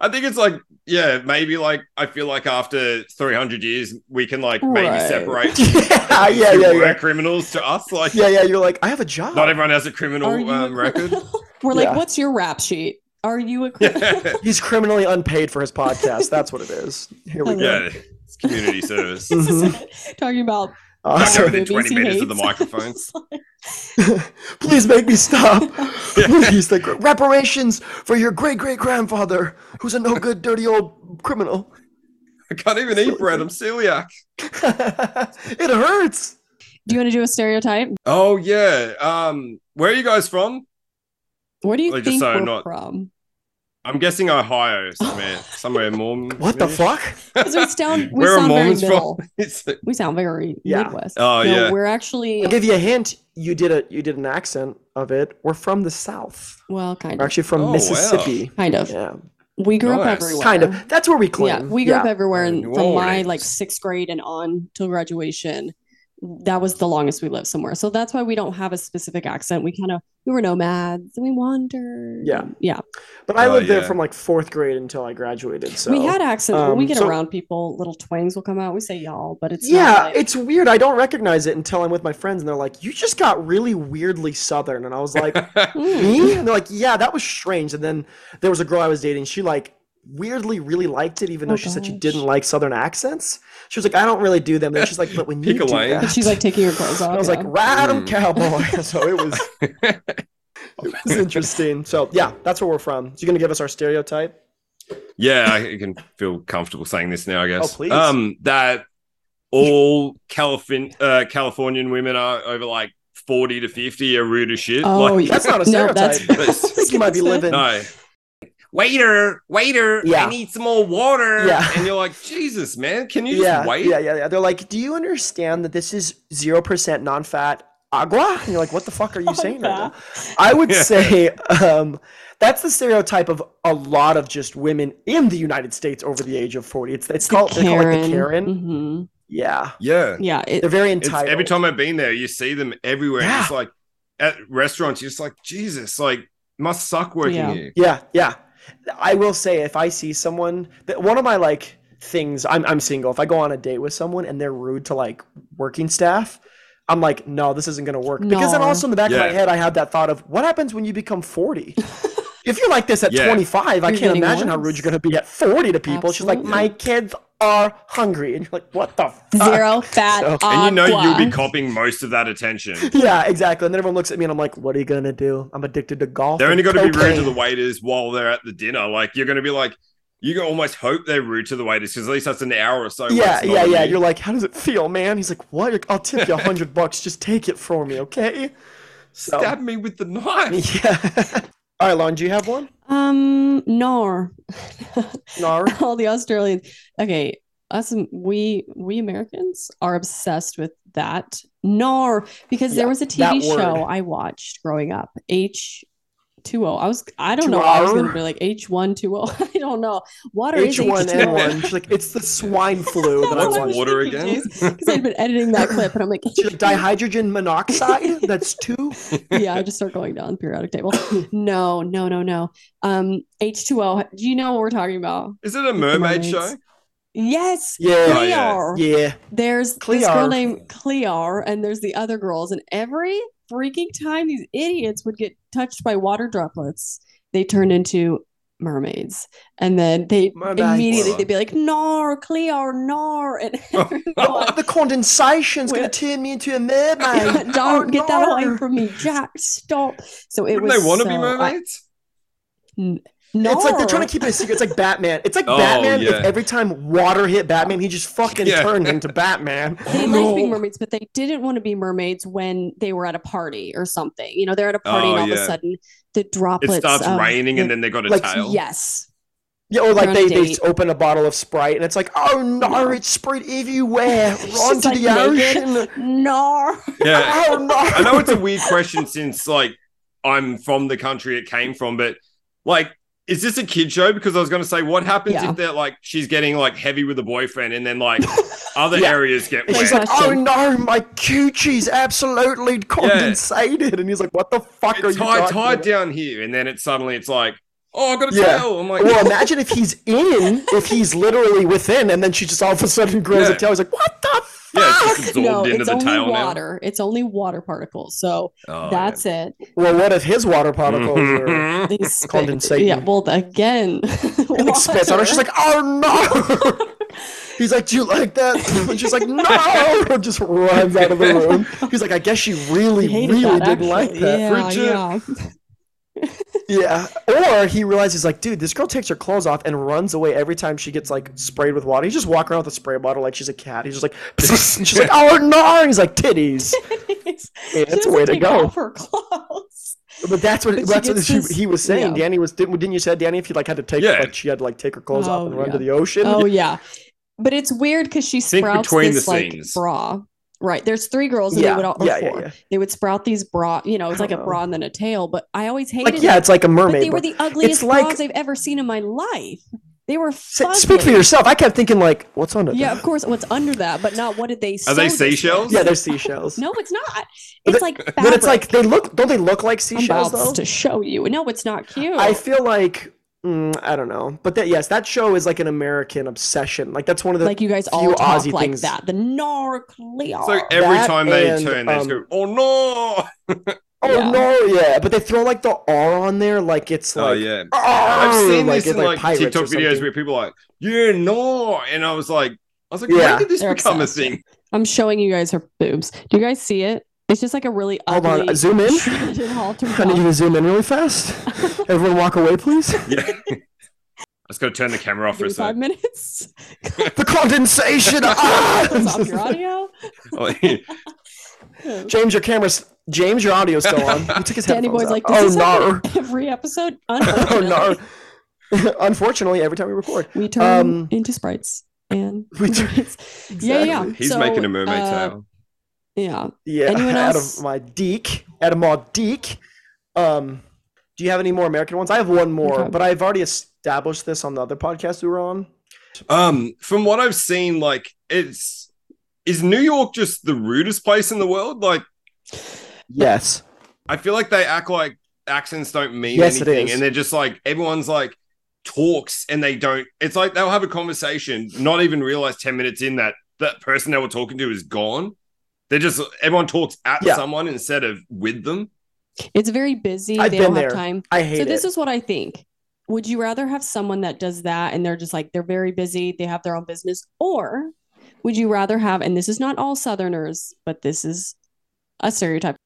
I think it's like, yeah, maybe like I feel like after 300 years, we can like maybe
Right.
separate
<laughs> yeah, Ah, yeah,
who
yeah,
were
yeah.
criminals to us. Like,
Yeah, yeah. You're like, I have a job.
not everyone has a criminal
Are you a
<laughs> um,
cri-
record.
<laughs> We're like,
Yeah.
what's your rap sheet? Are you a criminal?
yeah.
He's criminally unpaid for his podcast. That's what it is. Here we go.
yeah, it's community service. <laughs>
<laughs> Talking about
Back
Awesome.
over the
movies
20
he
minutes of the
hates. <laughs>
microphone.
Please make me stop. Please, like reparations for your great great grandfather, who's a no good, dirty old criminal. <laughs>
I can't even eat bread. I'm celiac.
it hurts.
Do you want to do a stereotype?
Oh, yeah. Um, Where are you guys from?
Where do you
Like, just
think
so
we're
not-
from?
<laughs> I'm guessing Ohio, somewhere, somewhere <laughs> Mormon.
What the
maybe?
fuck?
Because we sound we
Where are
sound very
Mormons
middle.
from? It's like-
We sound very
Yeah.
Midwest.
Oh,
no,
yeah.
we're actually
I'll give you a hint. You did a you did an accent of it. We're from the South.
well, kind
We're
of,
actually from
Oh, wow.
Mississippi.
kind of.
Yeah,
We grew up
Nice.
everywhere.
kind of. That's where we claim.
Yeah, we grew up everywhere, and
New
from my like
Orleans.
sixth grade and on till graduation, that was the longest we lived somewhere. So that's why we don't have a specific accent. We kind of we were nomads and we wandered.
Yeah.
and- yeah.
But I
Oh,
lived there
yeah.
from like fourth grade until I graduated. So
we had accents. when we
um,
get
so-
around people, little twangs will come out. We say y'all, but it's
yeah,
Not like,
it's weird. I don't recognize it until I'm with my friends and they're like, "You just got really weirdly southern." And I was
<laughs>
like,
Mm.
"Me?" And they're like, "Yeah, that was strange." And then there was a girl I was dating. She like weirdly really liked it even though
Oh,
she said she
gosh.
didn't like southern accents. She was like, "I don't really do them." And she's like, "But when you
Pick a
do
lane.
that."
But she's like taking her clothes off.
I was like,
yeah.
"Ride 'em,
Hmm.
Mm.
cowboy." <laughs> so it
<laughs>
was it was interesting. So yeah, that's where we're from. So you're going to give us our stereotype?
<laughs> Yeah, I can feel comfortable saying this now, I guess.
Oh, please.
Um, that all Calif- uh, Californian women are over like 40 to 50 are rude as shit.
oh,
like,
yeah.
That's not a
no, that's.
stereotype.
<laughs>
That's-
I think you might be living
no. Waiter, waiter,
Yeah.
I need some more water.
Yeah.
And you're like, Jesus, man, can you
yeah,
just wait?
Yeah, yeah, yeah. They're like, do you understand that this is 0% non fat agua? And you're like, what the fuck are you saying right now? I would
Yeah.
say um, that's the stereotype of a lot of just women in the United States over the age of 40. It's, it's called, they call it the Karen.
Mhm.
Yeah.
Yeah.
Yeah, it,
They're very
It's,
entitled.
every time I've been there, you see them everywhere.
Yeah.
And it's like at restaurants, you're just like, Jesus, like, must suck working
Yeah.
here.
Yeah, yeah. I will say if I see someone that one of my like things I'm I'm single. If I go on a date with someone and they're rude to like working staff, I'm like, no, this isn't gonna work. Because then
No.
also in the back of my
Yeah.
head I have that thought of what happens when you become
<laughs>
forty? if you're like this at
Yeah.
twenty five, I
You're
can't
getting
imagine how
worse.
rude you're gonna be at forty to people. She's like,
Absolutely.
My kids are hungry and you're like, What the fuck? <laughs>
zero fat.
So-
And you know you'll be
agua.
copying most of that attention.
<laughs> Yeah, exactly. And then everyone looks at me and I'm like, What are you gonna do? I'm addicted to golf.
They're
and
only going to be rude to
cocaine."
the waiters while they're at the dinner. Like you're going to be like, you can almost hope they're rude to the waiters because at least that's an hour or so. where
Yeah,
it's not
yeah,
on
yeah.
you.
You're like, how does it feel, man? He's like, what? You're like, I'll tip
<laughs>
you a hundred bucks. Just take it for me, okay? So,
stab me with
<laughs>
the knife.
yeah. All right, Lon, do you have one?
Um, nor <laughs>
Nar?
all the Australians. Okay, us we we Americans are obsessed with that nor because
Yeah,
there was a
that
TV
word.
show I watched growing up. H two O. I was I don't know. why I was gonna
Tuar?
be like H one two O. <laughs> I don't know. Water is <laughs>
H1N1. She's like, it's the swine flu that I
That's
want.
water again?
Because I'd been editing that clip and I'm like,
She's like, dihydrogen monoxide? That's two?
<laughs> yeah, I just start going down the periodic table. No, no, no, no. Um, H two O. Do you know what we're talking about?
Is it a mermaid
Mermaids.
show?
Yes,
Yeah.
Oh, yeah.
Clear.
<laughs>
Yeah.
There's this
Clear.
girl named Clear, and there's the other girls, and every freaking time these idiots would get touched by water droplets, they turned into mermaids, and then they
Mermaids.
immediately they'd be like, "Nor, Clear, nor,"
<laughs>
and <laughs> everyone.
the condensation's going
Wait.
to turn me into a mermaid.
Don't get that away
no.
from me, Jack. Stop. So it
Wouldn't
was
they want to
so,
be
I-
mermaids?
<laughs> no.
It's like they're trying to keep it a secret. It's like Batman. It's like
Oh,
Batman.
yeah.
If every time water hit Batman, he just fucking
Yeah.
turned into Batman.
Oh,
they liked being mermaids, but they didn't want to be mermaids when they were at a party or something. You know, they're at a party
Oh,
and all of
yeah.
a sudden the
It
droplets.
starts
of
raining and
the-
then they got a
um, like,
tail.
Yes.
Yeah, or like
We're on
they,
a
they
date.
open a bottle of Sprite and it's like, oh no, it's Sprite
<laughs>
everywhere.
She's
Run to
like
the
naked.
ocean.
<laughs>
No.
Yeah.
<laughs> Oh no.
I know it's a weird question since like I'm from the country it came from, but like, is this a kid show? Because I was going to say, what happens
Yeah.
if they're like she's getting like heavy with a boyfriend, and
<laughs>
then like other
Yeah.
areas get
And
wet?
she's
Wait.
like, oh
Question.
no, my coochie's absolutely condensated. And he's like, what the fuck are
it's
you
tied
talking
tied
about?
down here, and then it's suddenly it's like, oh, I got a
Yeah.
tail. I'm like,
Well, imagine if he's in, if he's literally within, and then she just all of a sudden grows
Yeah.
a tail. He's like, what the fuck?
yeah, it's just absorbed
no,
into
it's
the
only
tail
water. It's only water particles. So
now. Oh, <laughs>
that's it.
Well, what if his water particles are
Mhm.
They spit-
Condensate.
Yeah, well again. <laughs>
and like spits on her? She's like, oh no.
<laughs>
He's like, do you like that? And she's like, no. And just runs out of the room. He's like, I guess she really, really didn't like that.
Yeah,
Bridget.
yeah. <laughs>
Yeah. Or he realizes like, dude, this girl takes her clothes off and runs away every time she gets like sprayed with water. He's just walking around with a spray bottle like she's a cat. He's just like, and <laughs> she's like, oh no. He's like, titties. Yeah, that's a way to go. <laughs>
For clothes.
But that's what
But she
that's what
gets
she,
this-
he was saying.
yeah.
Danny was didn't, didn't you say Danny if he like had to take
Yeah.
like she had to like take her clothes off
Oh,
and run
yeah.
to the ocean.
Oh yeah, but it's weird because she
Think
sprouts
between
this
the
like
scenes.
bra. Right, there's three girls and
yeah,
they would all or
yeah, yeah,
four.
yeah.
They would sprout these bra. You know, it's
I
like a
don't know.
bra and then a tail. But I always hated.
Like yeah,
it,
it's like a
but
mermaid.
they were
bra.
the ugliest
like-
bras I've ever seen in my life. They were.
S- Speak for
fuzzy.
yourself. I kept thinking like, what's under yeah,
Yeah, of course. What's under that? But not what did they?
Are
sew
they
this
seashells?
with?
Yeah, they're seashells.
No, it's not.
But
It's like fabric.
But it's like they look. Don't they look like
I'm
seashells
about
though?
to show you. No, it's not cute.
I feel like mm, I don't know. But that yes, that show is like an American obsession. Like that's one of the
like you guys all
few
talk
Aussie
like
things-
that. The narclear.
So every
that
time they
and,
turn, they just
um,
go, oh no!
oh
yeah.
no yeah. But they throw like the R on there like it's like
oh yeah.
"Arr!"
I've seen
Oh, like,
this
it's
in like,
pirates or
TikTok videos
something.
where people are like, yeah, no. And I was like, I was like,
Yeah.
when did this
They're
become
obsessed.
a thing? <laughs>
I'm showing you guys her boobs. Do you guys see it? It's just like a really
Hold
ugly.
on, uh, zoom in.
shredded halter
I need you
top.
to zoom in really fast. Everyone walk away,
<laughs>
please. <laughs>
Yeah. I just got to turn the camera off for
Give
a
me five
sec.
<laughs>
minutes.
The condensation. ah!
Close off
<laughs>
your audio.
<laughs> Oh, yeah.
James, your camera's James, your audio's still on. He took his
Danny
headphones
Boy's
out.
like, this
oh
is
no,
happening every episode.
<laughs> oh
Unfortunately.
no. <laughs> Unfortunately, every time we record,
We turn
Um,
into sprites
<laughs>
and
we turn-
mermaids. <laughs> Yeah, yeah.
He's
So,
making a mermaid
uh,
tail.
Yeah.
yeah,
Anyone
out
else?
of my deek, out of my deek. Um, do you have any more American ones? I have one more,
Okay.
but I've already established this on the other podcast we were on.
Um, from what I've seen, like it's is New York just the rudest place in the world? Like
Yes,
I feel like they act like accents don't mean
Yes, it
anything,
is.
and they're just like everyone's like talks and they don't. It's like they'll have a conversation, not even realize ten minutes in that that person they were talking to is gone. They just everyone talks at
Yeah.
someone instead of with them.
It's very busy.
I've
they
been
don't
there.
have time.
I hate
so
it.
this is what I think. Would you rather have someone that does that and they're just like they're very busy, they have their own business, or would you rather have and this is not all Southerners, but this is a stereotype.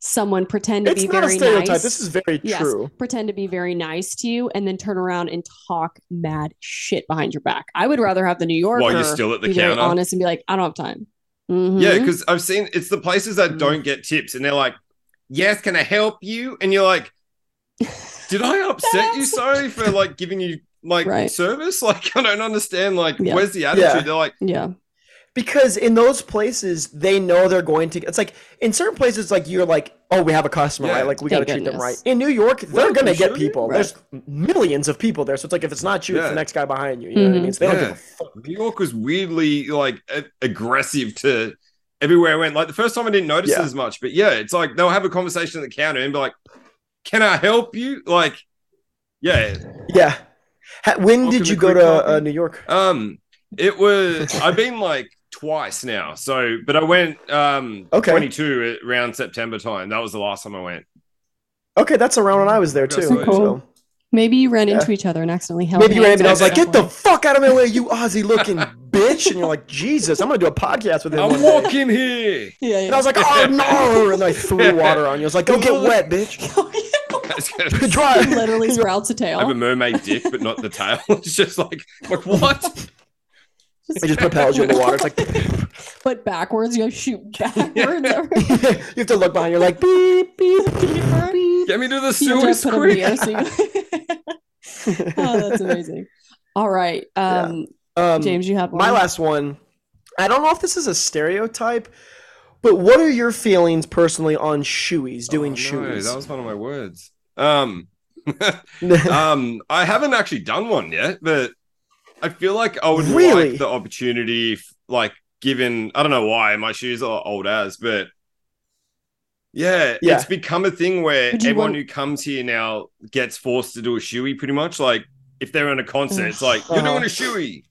Someone pretend to
it's
be
not a
very
stereotype.
nice.
This is very
Yes.
true.
pretend to be very nice to you and then turn around and talk mad shit behind your back. I would rather have the New Yorker
While you're still at the
be very
counter.
honest and be like, I don't have time.
Yeah,
Mhm.
because I've seen it's the places that don't get tips, and they're like, "Yes, can I help you?" And you're like, "Did I upset you?
That's-
Sorry for like giving you like
Right.
service. <laughs> Like I don't understand. Like
Yeah.
where's the attitude?"
Yeah.
They're like,
<laughs> yeah.
because in those places they know they're going to it's like in certain places like you're like oh we have a customer
Yeah.
right like we got to
Thank
treat them right
goodness.
in new york they're
Well,
gonna
for
get
sure.
people
Right.
there's millions of people there so it's like if it's not you it's
Yeah.
the next guy behind you you know what i
Mm-hmm.
mean so they don't
Yeah.
give a fuck
New York was weirdly like a- aggressive to everywhere I went. Like the first time I didn't notice
Yeah.
it as much, but yeah, it's like they'll have a conversation at the counter and be like, "Can I help you?" Like, yeah.
yeah Ha- when
Welcome
did you
to
go
Quick
to uh,
Coffee.
new york
Um,
<laughs>
it was I've been like twice now. So, but I went um
Okay.
22 around September time. That was the last time I went.
okay that's around when i was there
Okay,
too
so-
so.
Cool. Maybe you ran
Yeah.
into each other and accidentally held
maybe you ran
hands
in and i was
at
like
some
get the
point.
fuck out of my way
<laughs>
you aussie looking bitch and you're like jesus i'm gonna do a podcast with him
I'm
one day.
walking here. <laughs>
Yeah,
and i
<laughs>
was like oh no and i threw water on you i was like go
<laughs>
get wet bitch
yeah.
<laughs> Dry.
<laughs> Literally sprouts a
I have a
tail.
mermaid dick, but not the tail. <laughs> It's just like,
<laughs>
like what?
It just propels you in the water. It's like
But backwards, you
<laughs>
shoot backwards.
<laughs> you have to look behind. You're like beep
<laughs>
beep beep beep.
Get me to the
You have
Suez
to put 'em in the
Creek.
air so you- <laughs> oh, that's amazing. All right, um,
Um,
James, you had one.
my last one. I don't know if this is a stereotype, but what are your feelings personally on shoeies doing
Oh, no,
shoeies?
That was one of my words. Um, um, I haven't actually done one yet, but I feel like I would
Really?
like the opportunity, if, like given. I don't know why my shoes are old as, but yeah,
Yeah.
it's become a thing where
Would you
everyone
want-
who comes here now gets forced to do a shoey. Pretty much, like if they're in a concert, it's like you're
Uh-huh.
doing a shoey.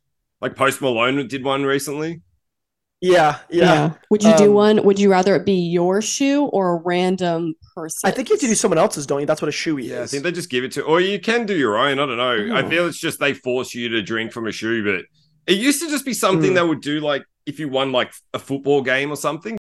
Like Post Malone did one recently.
<laughs> yeah, yeah,
yeah. Would you do
Um,
one? Would you rather it be your shoe or a random person?
I think you have to do someone else's, don't you? That's what a shoey
Yeah, I
is.
think they just give it to, or you can do your own. I don't know.
Oh.
Hmm.
I feel it's just they force you to drink from a shoe, but it used to just be something
Mm.
they would do, like if you won like a football game or something.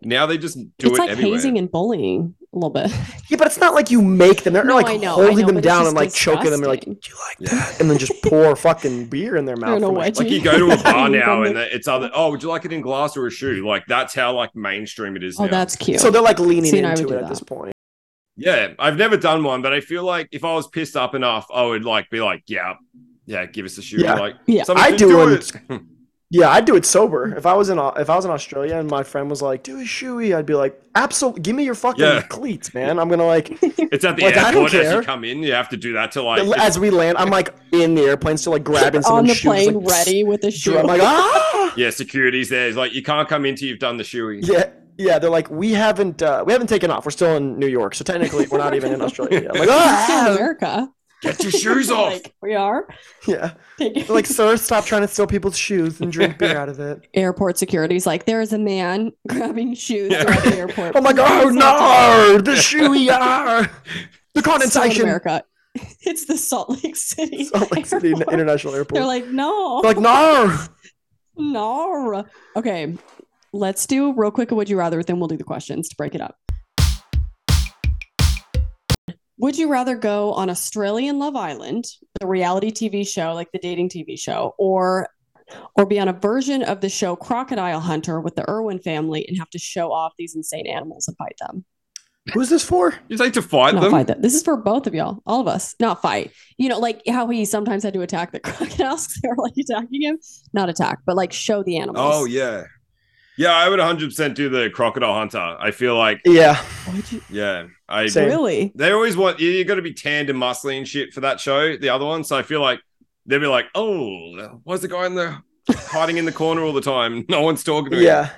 Now they just do
it's
it
like
everywhere.
hazing and bullying a little bit.
yeah, but it's not like you make them. They're
No,
not
I
like
know, I
holding
know, but
them
it's
down
just
and like choking them. You're like, do
disgusting.
you like that? And then
<laughs>
just pour fucking beer in their mouth.
know
and, like,
what
like you go to a
<laughs>
bar now and it's other. Oh, would you like it in glass or a shoe? Like that's how like mainstream it is
oh,
now.
that's cute.
so they're like leaning
See, and I would
into
do
it at
that.
this point.
yeah, I've never done one, but I feel like if I was pissed up enough, I would like be like, yeah, yeah, give us a shoe.
Yeah.
Like
Yeah.
someone
I
should
do one-
it. <laughs>
Yeah, I'd do it sober. If I was in Au- if I was in Australia and my friend was like, "Do a shoey," I'd be like, "Absolutely, give me your fucking
Yeah.
cleats, man." I'm gonna like
It's at the
Like, I don't
airport as you
care.
come in. You have to do that to like. just-
as we land. I'm like in the airplane, still like grabbing
on
someone's
the
shoes,
plane,
like,
ready with a
shoe. <laughs>
shoe.
I'm like, ah,
yeah, security's there. It's like you can't come in till you've done the shoey.
yeah, yeah. They're like, we haven't uh, we haven't taken off. We're still in New York, so technically we're not even in Australia. yet." I'm
<laughs>
like,
It's still
ah,
America.
Get
<laughs>
your shoes
<laughs>
off.
like we are.
yeah. They're like, sir, stop trying to steal people's shoes and drink beer out of it.
<laughs> airport security's like there is a man <laughs> grabbing shoes
Yeah.
throughout the airport.
<laughs> I'm like, oh
Please stop doing
no, the shoey,
<laughs>
ah, the
that." It's still in
condensation.
America. <laughs> It's the Salt Lake City.
Salt Lake City
airport.
International Airport.
They're like, no,
They're like, no.
no. Okay, let's do real quick. a Would you rather? Then we'll do the questions to break it up. Would you rather go on Australian Love Island, the reality TV show, like the dating TV show, or or be on a version of the show Crocodile Hunter with the Irwin family and have to show off these insane animals and fight them?
<laughs> Who's this for?
You take to fight
not
them.
fight them. This is for both of y'all, all of us. Not fight. You know, like how he sometimes had to attack the <laughs> crocodiles. 'cause They were like attacking him. Not attack, but like show the animals.
Oh yeah, yeah. I would 100 percent do the crocodile hunter. I feel like
Yeah.
Would you-
yeah. I
Same.
Really?
they always want you. You got to be tanned and muscly and shit for that show. The other one. So I feel like they'd be like, oh, why's the guy in the hiding in the corner all the time? <laughs> No one's talking to him.
Yeah.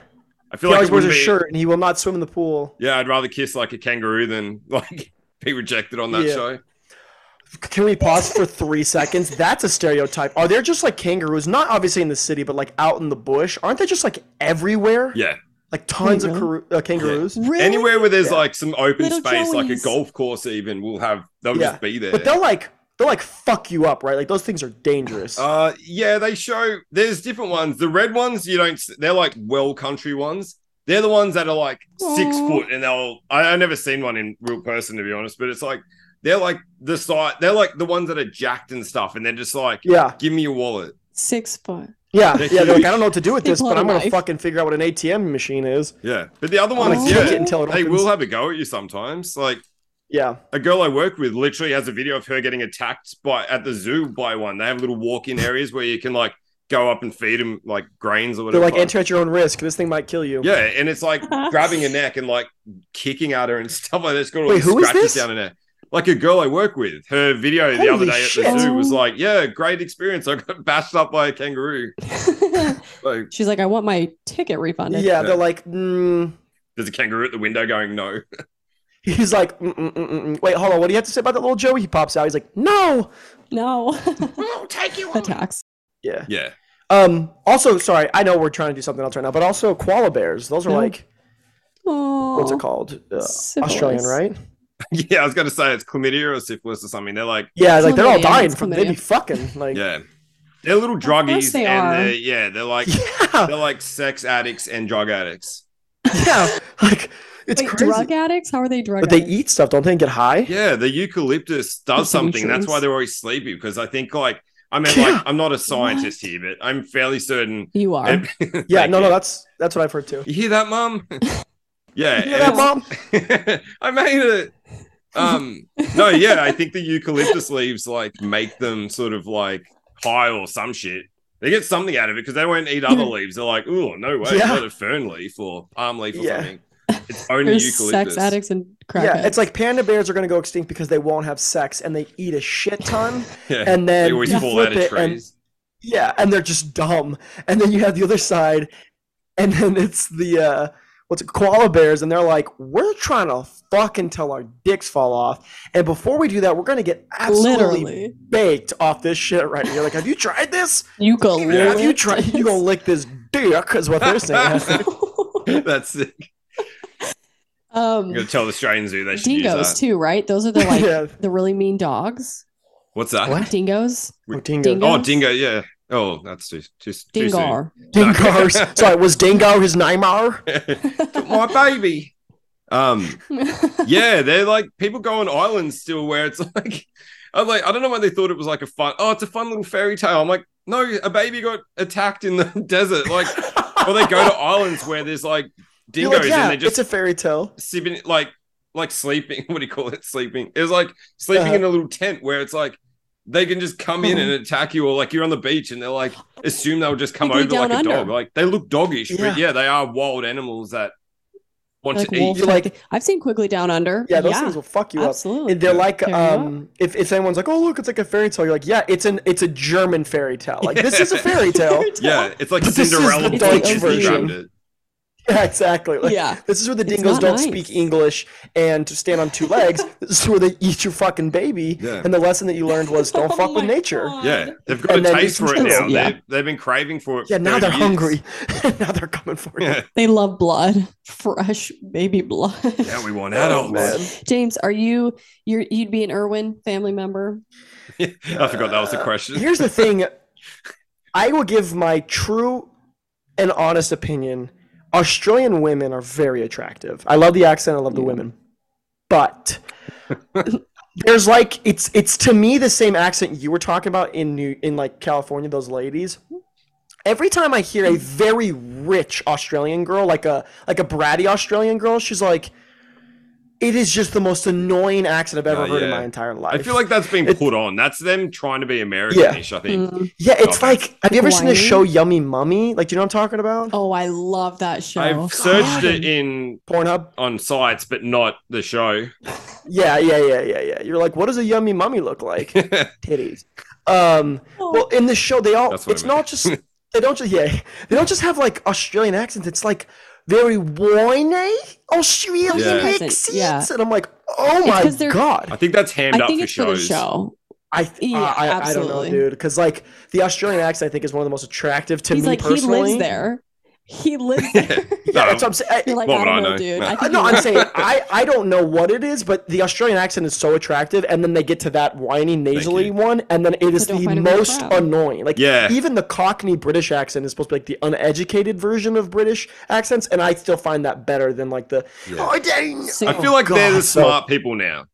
I
He
feel like
always
it
wears
would
a
be,
shirt and he will not swim in the pool.
Yeah, I'd rather kiss like a kangaroo than <laughs> like be rejected on that
Yeah.
show.
Can we pause for three seconds? That's a stereotype. Are there just like kangaroos, not obviously in the city, but like out in the bush? Aren't they just like everywhere?
Yeah.
Like tons of
Wait,
karoo- uh, kangaroos?
Really?
Anywhere where there's
Yeah.
like some open
Little
space, like a
joeys.
golf course, even we'll have they'll
Yeah.
just be there.
But they'll like they'll like fuck you up, right? Like those things are dangerous.
Uh, yeah, they show there's different ones. The red ones, you don't. s- They're like well country ones. They're the ones that are like six
Aw.
foot, and they'll. I, I've never seen one in real person to be honest, but it's like they're like the side. They're like the ones that are jacked and stuff, and they're just like,
yeah.
give me your wallet.
Six foot.
Yeah.
They're
Yeah. They're like,
huge.
I don't know what to do with
They
this,
pull
but
out a
I'm gonna
knife.
fucking figure out what an ATM machine is.
Yeah, but the other
I'm
ones,
gonna kick it
yeah,
until it
they
opens.
will have a go at you sometimes. Like
yeah.
a girl I work with literally has a video of her getting attacked by at the zoo by one. They have little walk-in areas where you can like go up and feed him like grains or
They're
whatever.
like, enter at your own risk. This thing might kill you.
yeah, and it's like <laughs> grabbing her neck and like kicking at her and <laughs> stuff like that. It's got all
Wait,
these
who is
scratches
this?
down her neck. Like a girl I work with, her video the other
Holy
day at
shit.
the zoo was like, "Yeah, great experience. I got bashed up by a kangaroo." Like,
She's like, I want my ticket refunded.
Yeah, they're like, mm.
there's a kangaroo at the window going, "No."
he's like, mm, mm, mm, mm. wait, hold on. What do you have to say about that little Joey? He pops out. He's like, no.
No. <laughs>
I'll take you
Attacks.
Yeah.
Yeah, <laughs>
Um. Also, sorry, I know we're trying to do something else right now, but also koala bears. Those are
No.
like,
Oh,
what's it called? Uh,
syphilis.
Australian, right?
yeah. I was gonna say it's chlamydia or syphilis or something. They're like,
Yeah, it's like they're all
Chlamydia,
dying
it's
from they be
chlamydia. <laughs>
fucking like yeah.
yeah, they're little
course
druggies,
they
and
are.
they're, yeah, they're like they're like sex addicts and drug addicts.
<laughs> yeah, like it's
Wait,
crazy.
drug addicts? How are they drug
but they
addicts?
eat stuff, don't they? And get high.
Yeah, the eucalyptus does
That's some
something. That's why
trees.
they're always sleepy because I think like I mean
Yeah.
like I'm not a scientist here, but I'm fairly certain.
you are.
and- <laughs>
Yeah,
Thank
no,
you.
no, that's that's what I've heard too.
You hear that, mum? yeah,
You know that,
and
mom?
it's- <laughs> I made it. Um, no, yeah, I think the eucalyptus leaves like make them sort of like high or some shit. They get something out of it because they won't eat other leaves. They're like, oh no way,
Hmm. Yeah.
not a fern leaf or palm leaf or
Yeah.
something. It's only
There's
eucalyptus.
sex addicts and crackheads.
Yeah, it's like panda bears are gonna go extinct because they won't have sex and they eat a shit
<laughs>
ton.
<laughs> Yeah,
and then
they always
you
fall
flip
out of
it and-
trees. <laughs>
yeah, and they're just dumb. And then you have the other side, and then it's the uh, what's it, koala bears, and they're like, we're trying to fuck until our dicks fall off, and before we do that, we're gonna get absolutely
Literally.
baked off this shit right here. Like, have you tried this?
Eucalyptus.
Have you tried? You
<laughs>
gonna lick this dick? Is what they're saying. <laughs>
That's it. I'm gonna
um,
tell the Australian Zoo they should use
dingoes
that.
too, right?
<laughs>
Those are the <laughs> like
yeah.
the really mean dogs.
What's that?
What?
Dingoes.
Oh, dingo.
Dingo.
Oh, dingo. Yeah. Oh, that's too too, too soon.
Dingar. <laughs>
<laughs>
Dingars. Sorry, was dingo his Neymar?
My baby. Um. Yeah, they're like people go on islands still where it's <laughs> like, I'm like, I don't know why they thought it was like a fun. Oh, it's a fun little fairy tale. I'm like, no, a baby got attacked in the <laughs> desert. Like, or
<laughs>
they go to islands where there's like
You're
dingoes
like, yeah,
and they just
it's a fairy tale.
sleeping like like sleeping <laughs> what do you call it sleeping it was like sleeping
Uh-huh. Mm-hmm.
in a little tent where it's like they can just come in and attack you or like you're on the beach and they're like assume they'll just come
Like
over
they
like
down
a
under.
dog like they look doggish
Yeah.
but yeah they are wild animals that want
Like
to
wolf
eat
You're like,
I've seen Quigley Down Under.
yeah, those things will fuck you up.
absolutely.
And they're like,
Fair enough.
um, if, if anyone's like, oh look, it's like a fairy tale. You're like, yeah, it's an it's a German fairy tale. Like this is a fairy
<laughs>
tale.
yeah it's like
But this is the
cinderella
Dutch
but Disney
version.
grabbed it.
yeah, exactly. Like,
yeah.
This is where the
It's
dingoes
not
don't
nice.
speak English and to stand on two
<laughs>
legs. This is where they eat your fucking baby.
Yeah.
And the lesson that you learned was don't
<laughs> Oh
fuck with
my
nature.
God.
yeah they've got
And
a
then
taste for it now
Cinderella,
yeah.
they've, they've been craving for it
Yeah,
for
now they're
30 years.
hungry. <laughs> now they're coming for you.
<laughs> yeah
They love blood, <laughs> fresh baby blood. <laughs>
now we want
Oh,
adults
man.
James, are you you're, you'd be an Irwin family member?
<laughs> i forgot that was the
Uh,
question
Here's the thing. I will give my true and honest opinion. Australian women are very attractive. I love the accent, I love the women. But there's like it's it's to me the same accent you were talking about in New in like California, those ladies. Every time I hear a very rich Australian girl, like a like a bratty Australian girl, she's like it is just the most annoying accent I've ever
Oh,
heard in
yeah.
my entire life.
I feel like that's been
It-
put on. That's them trying to be Americanish. I think.
Mm.
Yeah, it's
Oh,
like have you ever seen the
Hawaii?
show Yummy Mummy? Like, do you know what I'm talking about?
Oh, I love that show.
I've searched it in
Pornhub.
on sites, but not the show. <laughs>
Yeah, yeah, yeah, yeah, yeah. You're like, what does a yummy mummy look
<laughs>
like? Titties. Um.
Oh.
Well, in the show, they all.
That's what I
It's
meant.
not just they don't just yeah they don't just have like Australian accents. It's like very whiny Australian
Yeah.
accents,
Yeah.
and I'm like, oh
It's
my
'cause they're-
I
god.
think that's hammed
I
up
think
for
it's for the
shows.
show.
I th-
Yeah,
uh, I, I don't know,
absolutely.
dude. Because like the Australian accent, I think is one of the most attractive to
He's
me
like
personally.
he lives there.
<laughs>
He lives there. <laughs>
Yeah, that's what I'm saying.
You're like,
What
I
would
don't
I
know,
know?
dude.
No.
I
Uh,
think
no,
he
I'm
<laughs>
lives-
saying I, I don't know what it is, but the Australian accent is so attractive, and then they get to that whiny nasally
you.
one, and then it is
don't
the
find it very
most
proud.
annoying. Like
Yeah.
even the Cockney British accent is supposed to be like the uneducated version of British accents, and I still find that better than like the
Yeah.
oh, I don't know."
So-
I feel like
Oh, God,
they're the
so-
smart people now.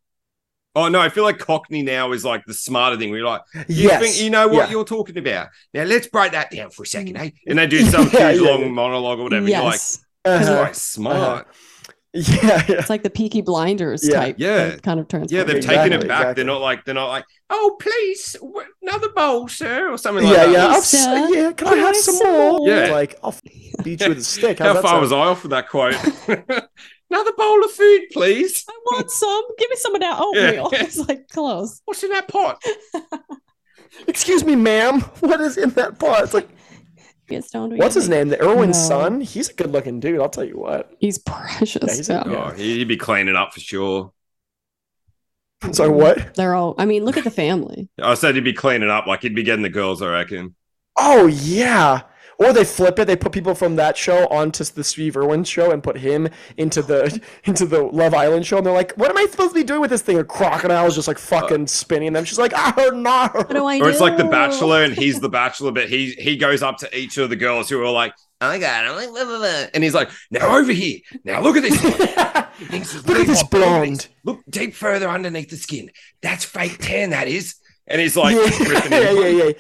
Oh no, I feel like Cockney now is like the smarter thing. We're like, you
yes,
think you know what
yeah.
you're talking about. Now let's break that down for a second, eh? And they do some
<laughs> Yeah,
huge
yeah,
long
yeah.
monologue or whatever. You're like,
Yes.
that's
Uh-huh.
right, smart.
<laughs> Yeah, yeah.
It's like the Peaky Blinders
Yeah,
type
yeah.
of kind of transformation.
Yeah, they've
Exactly,
taken it back.
exactly.
They're not like they're not like, oh, please, w- another bowl, sir, or something like
yeah,
that.
yeah. I'll
Hey,
s-
sir.
yeah. Can I
Can I
have some
some
more?
more? Yeah.
Like I'll f- beat you with a stick. How's
How
that
far
sound?
was I off with that quote? <laughs> another bowl of food, please.
I want some. Give me some of that
<laughs>
oatmeal.
Yeah.
It's like close.
What's in that pot?
Excuse me, ma'am. <laughs> What is in that pot? It's like
Get stoned. we
what's
get
his
laid.
name? The Irwin's
No.
son. He's a good-looking dude. I'll tell you what.
He's precious.
Yeah, he's a-
yeah.
Oh, he'd be cleaning up for sure.
So what?
They're all. I mean, look at
<laughs>
the family.
I said he'd be cleaning up, like he'd be getting the girls, I reckon.
Oh yeah. Or they flip it. They put people from that show onto the Steve Irwin show and put him into the <laughs> into the Love Island show. And they're like, "What am I supposed to be doing with this thing?" A crocodile's just like fucking
Uh.
spinning them. She's like, "Ah,
What
no."
do I
Or it's like the
do?
Bachelor, and he's the Bachelor, but he he goes up to each of the girls who are like, "Oh my god," I'm like, blah, blah, blah. and he's like, "Now over here, now look at this." one.
<laughs>
Thinks
<laughs>
it's
Look at
really
this
hot movies.
blonde.
Look deep further underneath the skin. That's fake tan. That is. And he's <laughs> like,
<laughs>
ripping
yeah,
in.
yeah, yeah.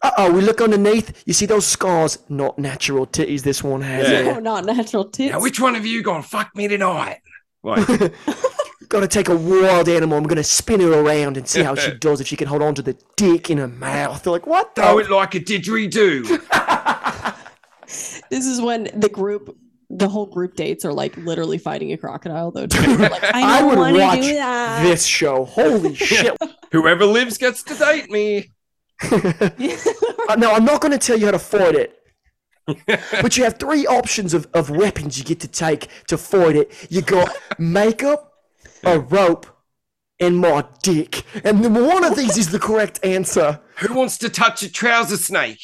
Uh oh, we look underneath. You see those scars? Not natural titties. This one has.
Yeah.
Oh, not natural tits.
Now, which one of you gonna fuck me tonight?
<laughs>
Like,
Got to take a wild animal. I'm gonna spin her around and see how
<laughs>
she does. If she can hold on to the dick in her mouth. They're like, what the?
throw Oh, it like a didgeridoo.
<laughs> This is when the group, the whole group dates are like literally fighting a crocodile, though. too. They're like, I,
<laughs> I
don't
would
want to
watch
do that.
this show.
<laughs>
Holy shit!
Whoever lives gets to date me.
<laughs>
Uh, no, I'm not going to tell you how to fight
<laughs>
it. but you have three options of, of weapons you get to take to fight it. You got makeup, a rope, and my dick. And then one of these is the correct answer
Who wants to touch a trouser snake?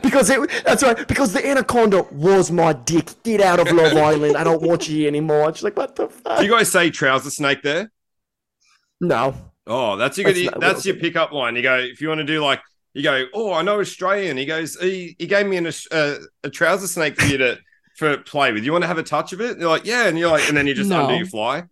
because it that's right because the anaconda was my dick. Get out of Love Island. I don't want you here anymore. And she's like, what the
Do
fuck?
you guys say trouser snake there?
no.
Oh, that's your
That's
that's,
not what
your
I
pickup line. You go if you want to do like you go. Oh, I know Australian. He goes. He, he gave me an, Aus- uh, a trouser snake for you to <laughs> for play with. You want to have a touch of it? And you're like yeah, and you're like, and then you just
No.
undo your fly.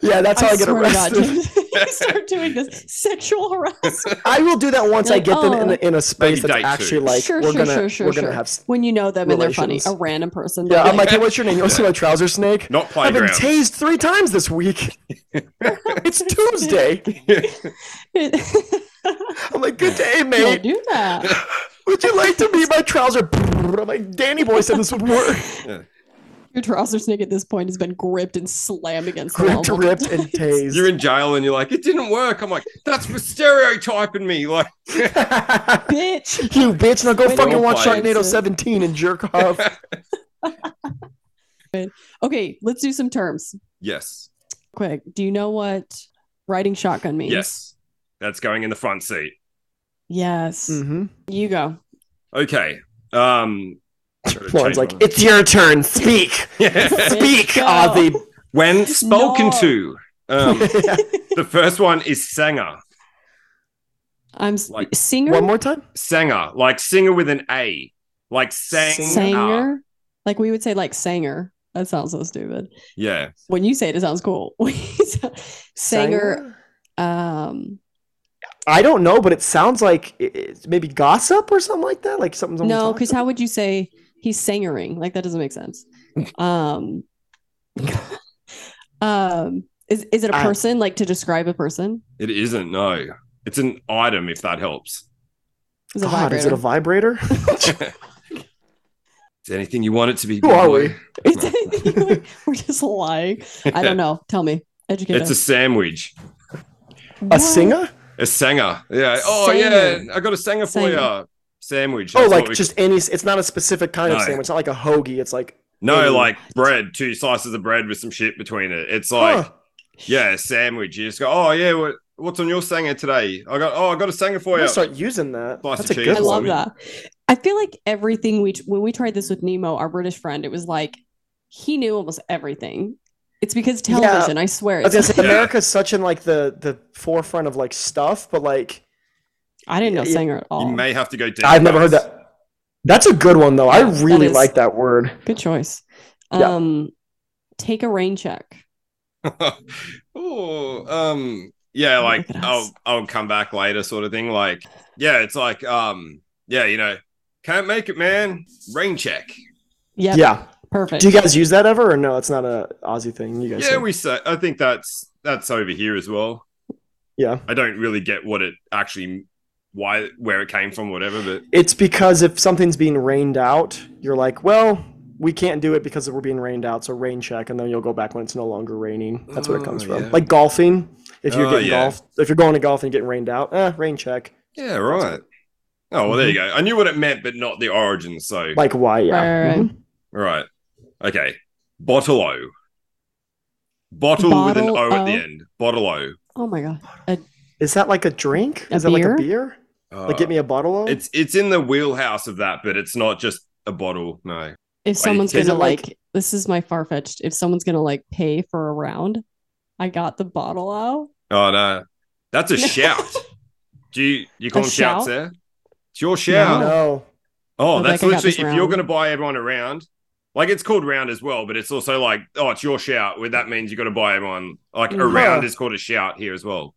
Yeah, that's how I,
I
get
swear to God,
arrested.
<laughs> you start
<laughs>
doing this sexual harassment.
I will do that once I
Like,
get them in
oh.
a, in a space
Maybe
that's
date two.
actually like
sure,
we're
sure,
gonna
sure, sure,
we're
sure.
gonna have. s-
when you know them and they're funny, a
relations.
random person.
Yeah,
they're
I'm
like,
like, hey, what's your name? You want to see my trouser snake?
Not
I've been
playground.
tased three times this
<laughs>
week. it's Tuesday.
<laughs>
I'm like, good day,
don't
mate.
do that.
<laughs> Would you like to be my trouser? I'm like, Danny Boy said this would
<laughs>
work. <laughs>
Your trouser snake at this point has been gripped and slammed against the wall.
Gripped,
multiple
ripped,
<laughs>
and
times.
tased.
You're in jail and you're like, it didn't work. I'm like, that's for stereotyping me. <laughs> Like,
Bitch.
you bitch. Now go
Wait,
fucking
don't
watch
play it.
Sharknado 17 and
<laughs>
jerk off.
Okay, let's do some terms
yes,
quick. Do you know what riding shotgun means?
yes, that's going in the front seat.
Yes.
mm-hmm.
You go.
Okay. Um, should've
<laughs> Lauren's
changed
like,
my-
it's your turn. Speak.
Yeah.
Speak,
Go. <laughs>
Ozzy.
<laughs> when spoken
No.
to. Um, the first one is sanger,
I'm s-
Like,
<laughs>
singer.
One more time.
sanger, like singer with an A, like sang.
Ah.
Sanger. Like we would say, like sanger. That sounds so stupid.
Yeah.
When you say it, it sounds cool. <laughs> When you say- sanger. Um.
I don't know, but it sounds like it- it's maybe gossip or something like that. Like something. someone
No,
talks
because how would you say he's sangering? Like that doesn't
<laughs>
make sense. Um. <laughs> um. Is, is it a
I-
person like to describe a person?
It isn't, no. It's an item if that helps.
Is it
God, is it <laughs>
vibrator?
a vibrator?
<laughs>
It's anything you want it to be.
Who
big
are
boy.
we?
It's anything like- <laughs> we're just lying. I don't know. Tell me. Educate
It's a
us.
sandwich.
A singer?
A sanger. Yeah. Oh,
Sanger.
yeah. I got a sanger for
Sanger.
you. Sandwich.
Oh,
That's
like
what we-
just any. It's not a specific kind of
No.
sandwich. It's not like a hoagie. It's like
No,
any-
like bread, two slices of bread with some shit between it. It's like,
huh,
yeah, a sandwich. You just go, oh, yeah, what, what's on your sanger today? I got, oh, I got a sanger
I'm
for
gonna
you.
start using that.
Slice
That's a
of cheese.
good
I
a
love
one.
that. I feel like everything we when we tried this with Nemo, our British friend, it was like he knew almost everything. It's because
Yeah.
television. I swear.
I was
It's,
gonna say
Yeah.
America's such in like the the forefront of like stuff, but like
I didn't know
Yeah, yeah.
Sanger at all.
You may have to go deep.
I've never heard
guys.
that. That's a good one though. I
Yeah, that
really
is.
like that word.
Good choice.
Yeah.
Um, take a rain check.
<laughs> oh, um, yeah, like
Look at
I'll
us.
I'll come back later, sort of thing. Like, yeah, it's like, um, yeah, you know, can't make it, man. Rain check.
Yep.
Yeah,
Perfect.
Do you guys use that ever, or no? It's not a Aussie thing. You guys,
Yeah,
say-
we say. I think that's that's over here as well.
Yeah.
I don't really get what it actually why where it came from, whatever. But
It's because if something's being rained out, you're like, well, we can't do it because we're being rained out. So rain check, and then you'll go back when it's no longer raining. That's what it
Oh,
comes from.
yeah.
Like golfing. If you're
Oh,
getting
yeah.
golf, if you're going to golf and getting rained out, eh, rain check.
yeah, right. Oh well, there you go. I knew what it meant, but not the origin. So
Like why? Yeah.
Right, right, right.
Mhm.
right, okay. Bottle O. Bottle, with an
Bottle
O at the
O.
end. Bottle O.
Oh my god.
Is that like a drink?
A
Is that
beer?
like a beer?
Uh,
Like get me a bottle of.
It's it's in the wheelhouse of that, but it's not just a bottle. No.
If someone's
it
is
gonna
like-
like, this is my far fetched. If someone's gonna like pay for a round, I got the bottle out.
Oh no.
<laughs>
That's a
No.
shout. Do you you call
A
them shouts
shout?
there? It's your shout.
no.
Oh,
Or like,
that's
I got
literally
this
if you're
round.
gonna buy everyone a round, like it's called round as well, but it's also like, oh, it's your shout, where that means you gotta buy everyone like a
Mhm.
round is called a shout here as well.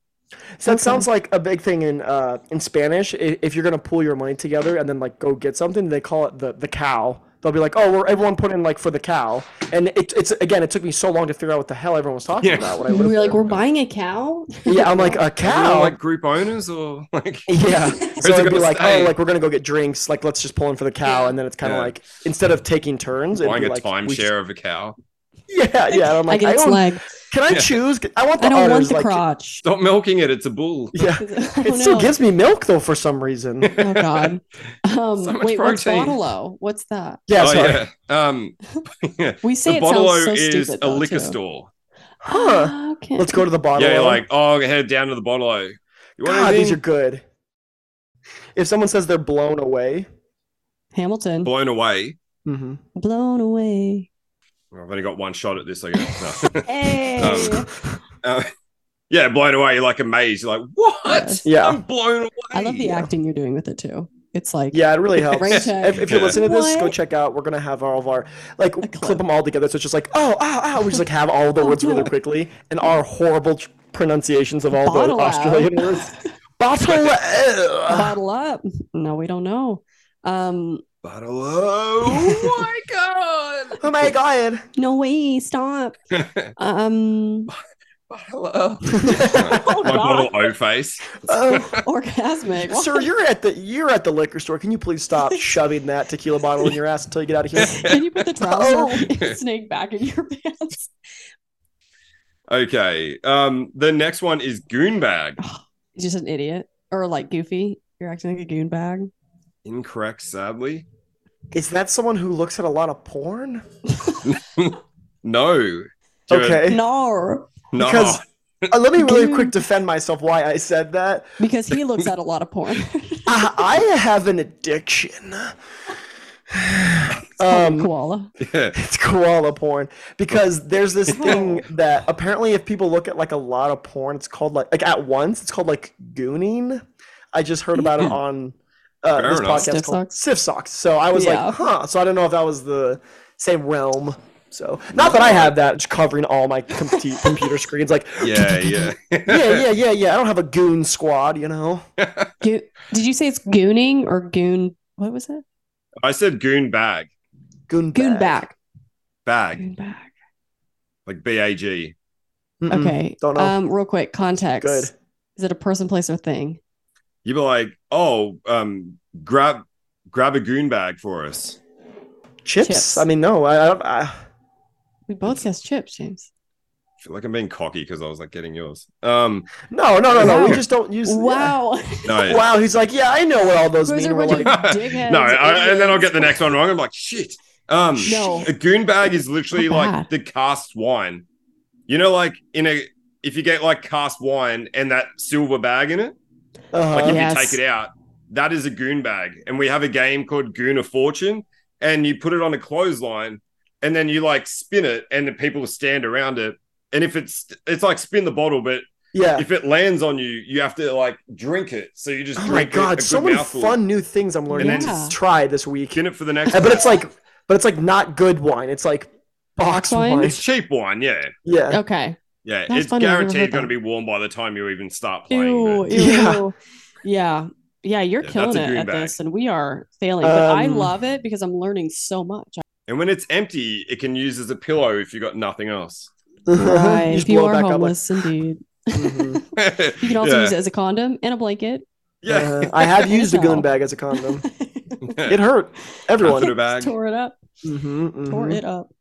So that
Okay.
sounds like a big thing in uh, in Spanish. I- If you're gonna pool your money together and then like go get something, they call it the the cow. They'll be like, "Oh, we're everyone put in like for the cow." And it, it's again, it took me so long to figure out what the hell everyone was talking
Yeah.
about. When I
<laughs> We
lived
were like,
there.
we're buying a cow.
yeah, I'm
<laughs>
like a cow.
Everyone, like group owners or <laughs> like
<laughs> yeah,
it
so it'd be
gonna
like,
say?
"Oh, like we're gonna go get drinks. Like let's just pull in for the cow." And then it's kind of
Yeah.
like instead of taking turns, it'd
buying
be
a
like, we just-
timeshare of a cow.
<laughs> Yeah, yeah. and I'm
I
like,
get
I
its
don't-
leg.
can I
Yeah.
choose? I want the
I don't want
udders,
the
like, <laughs>
crotch. <laughs>
Stop milking it, it's a bull.
Yeah,
I
it
don't
still
know.
gives me milk though for some
<laughs>
reason.
Oh god. Um,
So much
wait, what's
protein.
bottle O? What's that?
Yeah,
oh
sorry.
yeah. Um <laughs>
We say
the
it sounds
bottle
so
is
stupid,
a
though,
liquor
too. Ah,
store.
Huh.
Okay.
Let's go to the bottle.
Yeah,
O.
like oh, head down to the bottle. O. You want
God, these are
anything?
good. If someone says they're blown away,
Hamilton.
blown away.
Blown away.
I've only got one shot at this. I guess.
<laughs>
No.
Hey.
Um, <laughs> Uh, yeah, blown away like a maze. You're like, what?
Yeah.
I'm blown away.
I love the acting you're doing with it too. It's like
yeah, it really helps.
Brain check.
If, if you're
Yeah.
listening to this, go
What?
check out. We're gonna have all of our like clip 'em clip
clip.
them all together. So it's just like oh ow ow. We just like have all the
Oh,
words really
no.
quickly and our horrible tr- pronunciations of all
bottle
the
out.
Australian words.
<laughs>
Bottle. O.
bottle up. No, we don't know. Um,
But oh my
oh my god.
no way,
<laughs>
stop.
god.
Um,
But hello. <laughs> my bottle O face.
Oh,
orgasmic. What?
sir, you're at the you're at the liquor store. Can you please stop shoving that tequila bottle in your ass until you get out of
<laughs>
here?
<laughs> Can you put the trouser <laughs>
Oh.
snake back in your pants?
Okay. Um, the next one is Goonbag.
You're just an idiot or like goofy. You're acting like a goon bag.
Incorrect, sadly.
Is that someone who looks at a lot of porn?
No. Do it.
Okay.
No,
No.
Because uh, let me really
Dude.
quick defend myself why I said that.
because he looks at a lot of porn. <laughs>
I, I have an addiction. um,
koala.
<laughs> Yeah.
it's koala porn because there's
<laughs>
this thing that apparently if people look at like a lot of porn, it's called like like at once. It's called like gooning. I just heard about it on uh,
Hmm. Fair
this
enough.
podcast
Stiff
called
socks?
Stiff Socks. So I was
Yeah.
like, huh. So I don't know if that was the same realm. So not that I have that, just covering all my com- computer screens. Like
Yeah, yeah.
<laughs>
<laughs>
yeah, yeah, yeah, yeah. I don't have a goon squad, you know.
Go- Did you say it's gooning or goon? What was it?
I said goon bag.
Goon
Goon back.
Bag.
Goon back.
Like B A G.
Mm-mm.
Okay.
Mm-hmm. Don't know.
Um, real quick, context.
Good.
Is it a person, place, or thing?
You'd be like, oh, um, grab grab a goon bag for us.
Chips?
Chips.
I mean, no. I, I, don't- I
We both guessed chips, James.
I feel like I'm being cocky because I was like getting yours. Um,
no, no, no, no. We
Wow.
just don't use. <laughs>
Wow. <laughs>
no,
yeah. Wow. He's like, yeah, I know what all those
Those
mean.
are
We're
a bunch
like,
of dickheads.
<laughs> no, I, and then I'll
idiots.
get the next one wrong. I'm like, shit. Um,
No.
a goon bag is literally
Not
like
bad.
the cast wine. You know, like in a if you get like cast wine and that silver bag in it,
uh-huh.
like if
Yes.
you take it out, that is a goon bag. And we have a game called Goon of Fortune, and you put it on a clothesline, and then you like spin it, and the people stand around it. And if it's it's like spin the bottle, but
yeah.
if it lands on you, you have to like drink it. So you just
Oh my
drink it, a
god,
good
so many
mouthful.
fun new things I'm learning
then
Yeah.
to try this week.
Get it for the next.
Uh, But
one.
it's like, but it's like not good wine. It's like box
Box wine?
wine. <laughs>
It's cheap wine, yeah,
Yeah.
<laughs> Okay.
yeah.
That's
it's
funny, I've never heard
guaranteed going to
that.
be warm by the time you even start playing.
Ew, ew.
but-
<laughs> Yeah.
Yeah. Yeah. you're
Yeah, that's
killing
a
it at
greenback.
this, and we are failing. But I
Um, <laughs>
love it because I'm learning so much.
And when it's empty, it can use as a pillow if you got nothing else. <laughs>
Oh,
<laughs>
Right.
You
if
just
you
blow it
are
back up, like-
homeless, indeed.
<laughs>
Mhm.
You can also
yeah.
use it as a condom and a
<laughs>
blanket.
yeah.
Uh, I have used a
Hell.
gun bag as a condom. It hurt
<laughs> Put
<laughs>
everyone.
it back.
Tore it up.
Mhm, mhm.
Tore it up.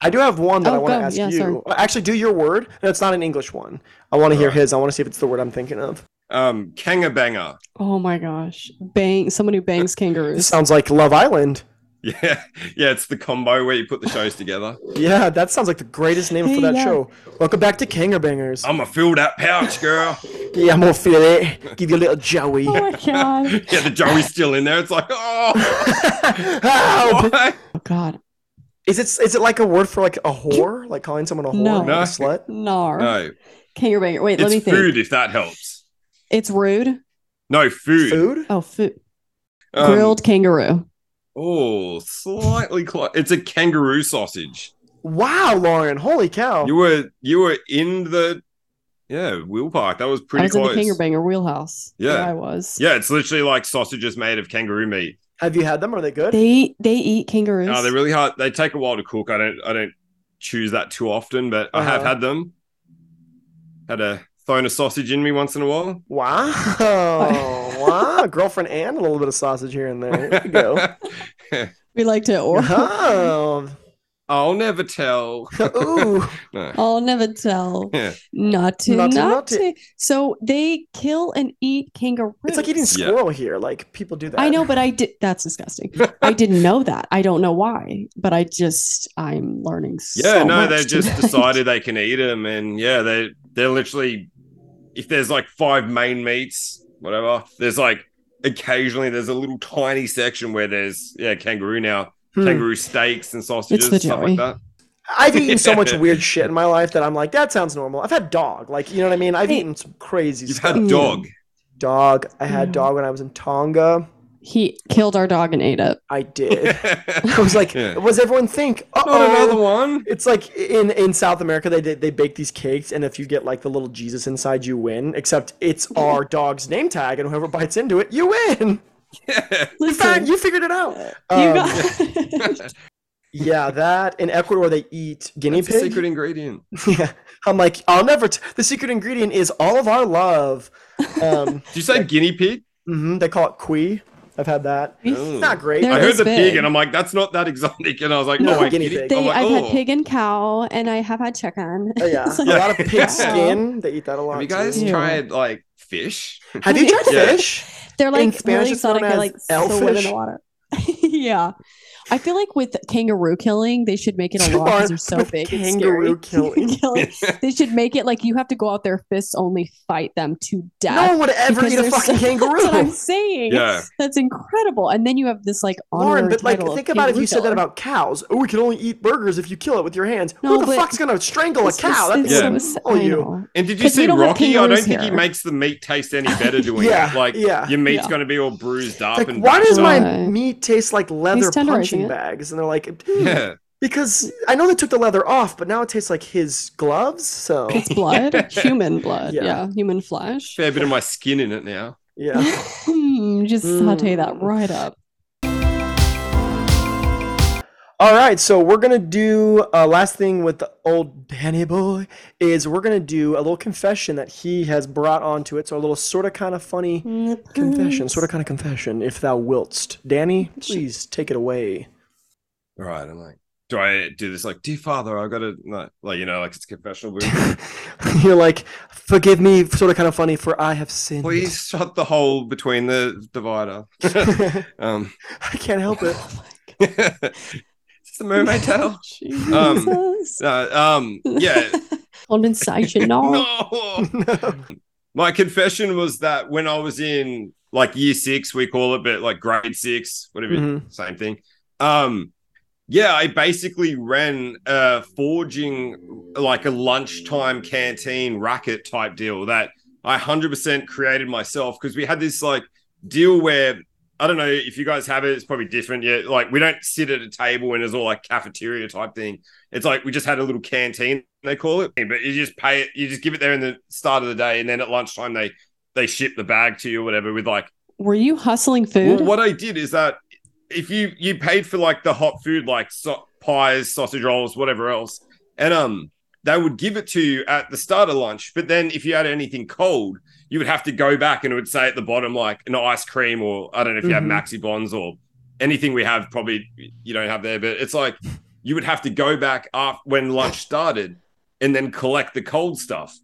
I do have one that
Oh,
I want to
go.
ask
Yeah,
you.
sorry.
Actually, do your word. No, it's not an English one. I want to hear
Alright.
his. I want to see if it's the word I'm thinking of.
Um, Kanga banger. <laughs>
Oh my gosh. Bang someone who bangs
This <laughs>
kangaroos.
sounds like Love Island.
Yeah, yeah, it's the combo where you put the shows together.
Yeah, that sounds like the greatest name
Hey,
for that
yeah.
show. Welcome back to Kanger Bangers.
I'ma fill that pouch, girl.
yeah, I'm gonna feel it. Give you a little Joey.
Oh my god.
yeah, the Joey's still in there. It's like, oh,
<laughs> Help!
<laughs> why?
Oh god.
Is it is it like a word for like a whore? Like calling someone a whore,
No.
like
No.
a slut?
Gnar.
no,
Kangaroo banger. Wait, let me
it's
think.
food if that helps.
It's rude.
No food.
Food?
Oh food.
Um,
Grilled kangaroo.
Oh, slightly close. It's a kangaroo sausage.
Wow, Lauren! Holy
Oh.
cow!
You were you were in the yeah wheel park. That was
I
pretty
was in the
close.
kangaroo banger wheelhouse.
Yeah.
There I was.
yeah, it's literally like sausages made of kangaroo meat.
Have you had them? Are they good?
They they eat kangaroos.
Oh, they're really hard. They take a while to cook. I don't I don't choose that too often, but I have
Uh-huh.
had them. Had a thrown a sausage in me once in a while.
<laughs>
Wow! wow! Girlfriend and a little bit of sausage here and there. There you go.
we like to or
Oh,
<laughs> I'll never tell.
<laughs> ooh!
No.
Oh,
<laughs> I'll never tell.
Yeah.
Not to
Not
not,
to,
to,
not to.
So they kill and eat kangaroos.
It's like eating
Yeah.
squirrel here. Like people do that.
I know, but I did. That's disgusting. I didn't know that. I don't know why, but I just I'm learning.
Yeah,
so
no,
much
they
<laughs>
just
tonight.
decided they can eat them, and yeah, they they're literally if there's like five main meats, whatever. There's like occasionally there's a little tiny section where there's yeah kangaroo now,
Hmm.
kangaroo steaks and sausages,
the
stuff
Joey.
like that.
I've eaten so
<laughs>
much weird shit in my life that I'm like, that sounds normal. I've had dog, like you know what I mean. I've
Hey.
eaten some crazy
You've
stuff.
had dog.
dog. I had
Yeah.
dog when I was in Tonga.
<laughs> He killed our dog and ate it.
I
<laughs>
did. <laughs> I was like,
Yeah.
what does everyone think? Uh
not another
oh.
one.
It's like in, in South America they did- they bake these cakes and if you get like the little Jesus inside you win except it's
<laughs>
our dog's name tag and whoever bites into it you win.
<laughs>
You,
Listen,
found,
you,
you figured it out. Um,
<laughs> got
yeah, that in Ecuador they eat guinea
It's a secret
pig.
ingredient.
yeah, <laughs> I'm like I'll never. T- the secret ingredient is all of our love.
<laughs>
Um,
Did you say guinea pig?
mhm, they call it qui. I've had that.
Oh.
It's not great.
They're
I heard
this
the pig,
big.
and I'm like, that's not that exotic. And I was like,
No,
oh, wait,
guinea
guinea
pig.
They,
pig. I'm like,
I've
oh,
had pig and cow, and I have had chicken.
Oh, yeah,
It's like-
a lot of
Yeah.
pig skin. They eat that a lot.
Have you
too.
guys
Yeah.
tried like fish?
Have you <laughs> tried
Yeah.
fish?
<laughs> They're like
Spanish,
really
it's known
exotic. They
as
like swim in
elfish.
the water. <laughs> yeah, I feel like with kangaroo killing, they should make it a law
Or
because they're so
with
big.
kangaroo
and scary. <laughs>
killing.
They should make it like you have to go out there fists only fight them to death.
No one would ever
because
eat a
they're
fucking
so- That's what I'm
kangaroo.
saying.
Yeah.
<laughs> That's incredible. And then you have this like
<laughs>
honorary
Lauren, but like,
title of
think about if
kangaroo
you said that
killer.
about cows. Oh, we can only eat burgers if you kill it with your hands.
No,
Who the
but
fuck's gonna strangle a
It's just-
cow? That's
it's
Yeah.
so
horrible.
sad.
Oh,
I
you.
know.
<laughs> And did you
'Cause we
see
don't have
Rocky? I don't
kangaroos
think he
here.
makes the meat taste any better doing
Yeah,
it. Like
yeah.
your meat's
Yeah.
gonna be all bruised up
It's like,
and
why does my
Right.
meat taste like leather
tenderizing
punching
it.
bags? And they're like,
<laughs> yeah.
because I know they took the leather off, but now it tastes like his gloves. So
It's
<laughs>
blood, human blood.
Yeah.
Yeah, human flesh.
fair bit of my skin in it now?
yeah,
Mm, Just saute that
Mm.
right up.
All right, so we're gonna do uh, last thing with the old Danny boy is we're gonna do a little confession that he has brought onto it. So a little sort of kind of funny confession, sort
<laughs>
of kind of confession, if thou wiltst. Danny, please take it away. <laughs>
All right, I'm like, do I do this like, dear father, I gotta no, like you know, like it's confessional but
You're like, forgive me, sort of kind of funny, for I have sinned.
please shut the hole between the divider.
<laughs>
<laughs>
I
um
can't help it. <laughs>
Oh <laughs>
it's the mermaid <laughs> tail.
Jesus.
No, um
<laughs>
yeah.
Condensation. No.
no. My confession was that when I was in like year six, we call it, but like grade six, whatever,
Mhm.
same thing. Um, yeah, I basically ran a forging, like a lunchtime canteen racket type deal that I 100% created myself because we had this like deal where I don't know if you guys have it, it's probably different. Yeah, like we don't sit at a table and it's all like cafeteria type thing. It's like we just had a little canteen, they call it. But you just pay it, you just give it there in the start of the day, and then at lunchtime they they ship the bag to you or whatever with like
Were you hustling
well,
food?
what I did is that if you you paid for like the hot food, like so- pies, sausage rolls, whatever else, and um, they would give it to you at the start of lunch. But then if you had anything cold, you would have to go back and it would say at the bottom like an ice cream or I don't know if you
Mhm.
have maxi bonds or anything we have probably you don't have there, but it's like you would have to go back after when lunch started and then collect the cold stuff.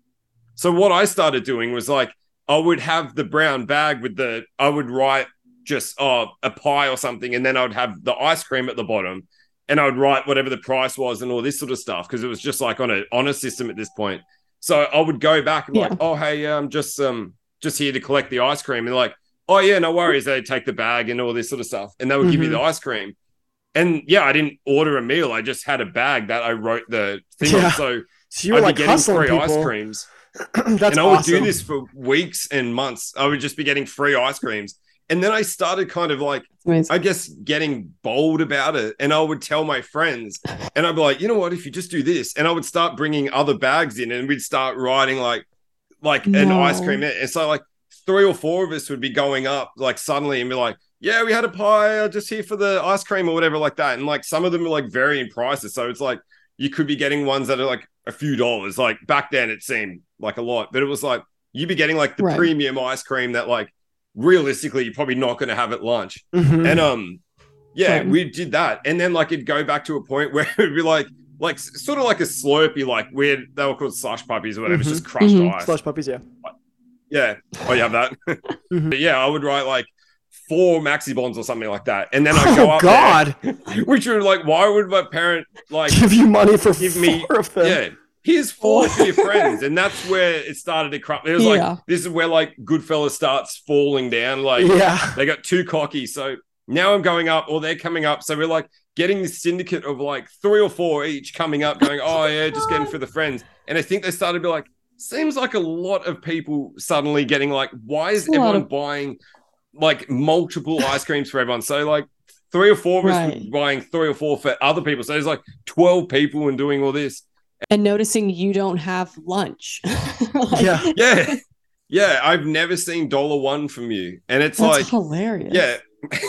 So what I started doing was like I would have the brown bag with the I would write just uh, a pie or something, and then I would have the ice cream at the bottom, and I would write whatever the price was and all this sort of stuff because it was just like on a honor system at this point. So I would go back and be like, oh hey, yeah, I'm just um just here to collect the ice cream, and like, oh yeah, no worries. They would take the bag and all this sort of stuff, and they would give you
Mhm.
the ice cream. And yeah, I didn't order a meal. I just had a bag that I wrote the thing
Yeah.
on. So
So you're
I'd
like
be getting
hustling
free
people.
ice creams
<clears throat> <laughs> That's
and I would
awesome.
do this for weeks and months. I would just be getting free ice creams. And then I started kind of like,
It's amazing.
I guess, getting bold about it. And I would tell my friends, and I'd be like, you know what? If you just do this, and I would start bringing other bags in, and we'd start writing like, like an
No.
ice cream. And so like three or four of us would be going up like suddenly and be like, yeah, we had a pie. I'm just here for the ice cream or whatever like that. And like some of them are like varying prices, so it's like you could be getting ones that are like a few dollars. Like back then, it seemed like a lot, but it was like you'd be getting like the
Right.
premium ice cream that like realistically you're probably not going to have at lunch.
Mhm.
And um, yeah,
Right.
we did that, and then like it'd go back to a point <laughs> where it'd be like, like s- sort of like a Slurpee, like weird. They were called slush puppies or whatever.
Mhm.
It's just crushed
Mhm.
ice.
Slush puppies, yeah.
Yeah. Oh, you have that. <laughs>
Mhm.
But yeah, I would write like four maxi bonds or something like that, and then I would go
oh
up there,
God!
<laughs> which would like, why would my parent
<laughs>
like?
give you money for
Give
four
me-
of them.
yeah. Here's
<laughs>
four
Oh.
for your friends, and that's where it started to crumble. It was like
Yeah.
this is where like Goodfellas starts falling down. Like
yeah.
they got too cocky. So now I'm going up, or they're coming up. So we're like getting this syndicate of like three or four each coming up, going, oh, yeah, just getting for the friends. And I think they started to be like, seems like a lot of people suddenly getting like, why
It's
is
a lot
everyone
of-
buying like multiple ice creams for everyone? So, like, three or four of us
Right.
were buying three or four for other people. So there's like 12 people and doing all this.
and noticing you don't have lunch. <laughs> Like,
Yeah.
<laughs>
Yeah. Yeah. I've never seen dollar one from you. And it's
that's
like,
hilarious.
Yeah. <laughs>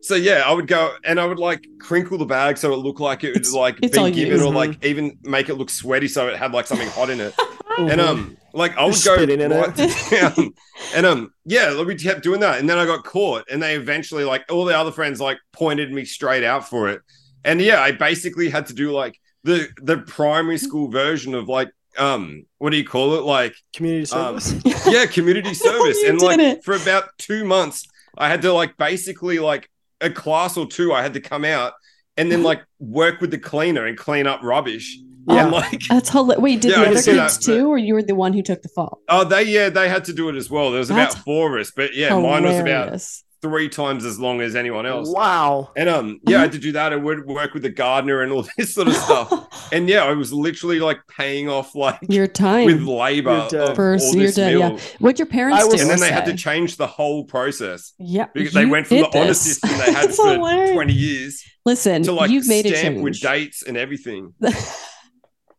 so yeah, I would go and I would like crinkle the bag so it looked like it was
It's-
like
it's all
been
you. Mm-hmm.
given or like even make it look sweaty so it had like something hot in it. <laughs> And
Mhm.
um like I would
Just
go
spitting in
right
<laughs>
down. and <laughs> um yeah, we kept doing that. And then I got caught and they eventually like all the other friends like pointed me straight out for it. And yeah, I basically had to do like the the primary school version of like um what do you call it? Like
community
um,
service.
<laughs>
yeah, community service.
You
and
did
like
it.
for about two months, I had to like basically like a class or two, I had to come out and then like work with the cleaner and clean up rubbish.
Yeah.
And like <laughs>
That's hilarious. Wait, did
Yeah,
I
the other
did see
kids
that,
too, or you were the one who took the fall?
oh they yeah, they had to do it as well. There was about
That's
four of us, but yeah, mine was about
Hilarious.
three times as long as anyone else.
wow.
And um yeah, I
Mm-hmm.
had to do that. I would work with the gardener and all <laughs> this sort of
<laughs>
stuff. and yeah, I was literally like paying off like
your time.
with labor
Your debt.
of
For-
all
your
this
debt, yeah.
meal.
What'd your parents
I was-
do?
And then
or
they had to
say?
change the whole process.
Yeah,
because they
you
went from
did
the honor
this.
system
<laughs>
they had
It's
for
hilarious.
20 years
Listen,
to like
you've made a
stamp with
change.
dates and everything.
<laughs>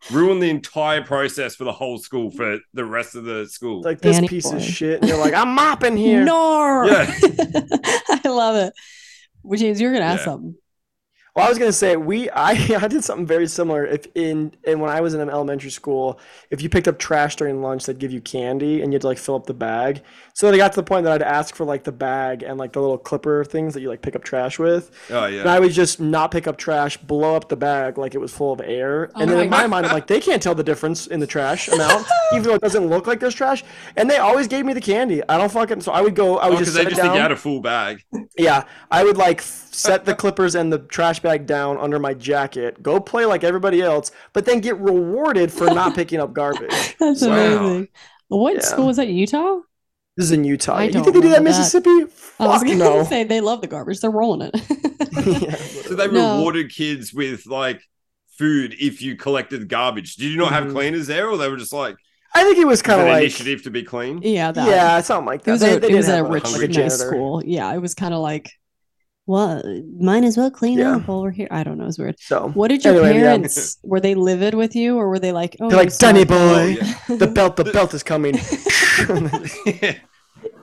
Ruined the entire process for the whole school for the rest of the school.
Like this
Danny
piece
boy.
of shit. And you're like, I'm mopping here.
Nor.
Yeah.
<laughs> I love it. Well, James, you were gonna ask
Yeah.
something.
Well, I was gonna say we I <laughs> I did something very similar. If in and when I was in elementary school, if you picked up trash during lunch, they'd give you candy and you had to like fill up the bag. So then it got to the point that I'd ask for like the bag and like the little clipper things that you like pick up trash with.
oh,
<laughs>
And
yeah.
I would just not pick up trash, blow up the bag like it was full of air.
Oh
and then in
my
my mind, I'm like, they can't tell the difference in the trash
<laughs>
amount, even though it doesn't look like there's trash. And they always gave me the candy. I don't fucking. So I would go, I would
Because
just
Oh, they
sit
just think you had
down.
a full bag.
yeah. I would like f-
<laughs>
set the clippers and the trash bag down under my jacket, go play like everybody else, but then get rewarded for
<laughs>
not picking up garbage.
That's
Wow.
amazing. What
Yeah.
school was that? Utah?
This is in Utah.
I
you
don't
think they do that in
remember that.
Mississippi?
I was
Fuck
gonna
no.
say they love the garbage. They're rolling it. <laughs>
<laughs> Yeah.
So they
No.
rewarded kids with like food if you collected garbage. Did you not have
Mm-hmm.
Mhm.
cleaners there or they were just like
I think it was
an
kind of like.
initiative to be clean?
yeah, that.
Yeah, something like that.
It was
They-
a,
they
it
did
was a
have
rich,
hungry
nice
janitor.
school. Yeah, it was kind of like, well, might as well clean
Yeah.
up while we're here. I don't know. It was weird.
So.
What did your
Anyway, yeah.
parents? Were they livid with you, or were they like, oh,
They're
you're
like, Danny
<laughs> sorry."
boy,
Oh, yeah.
the belt,
<laughs>
the belt is coming.
Make it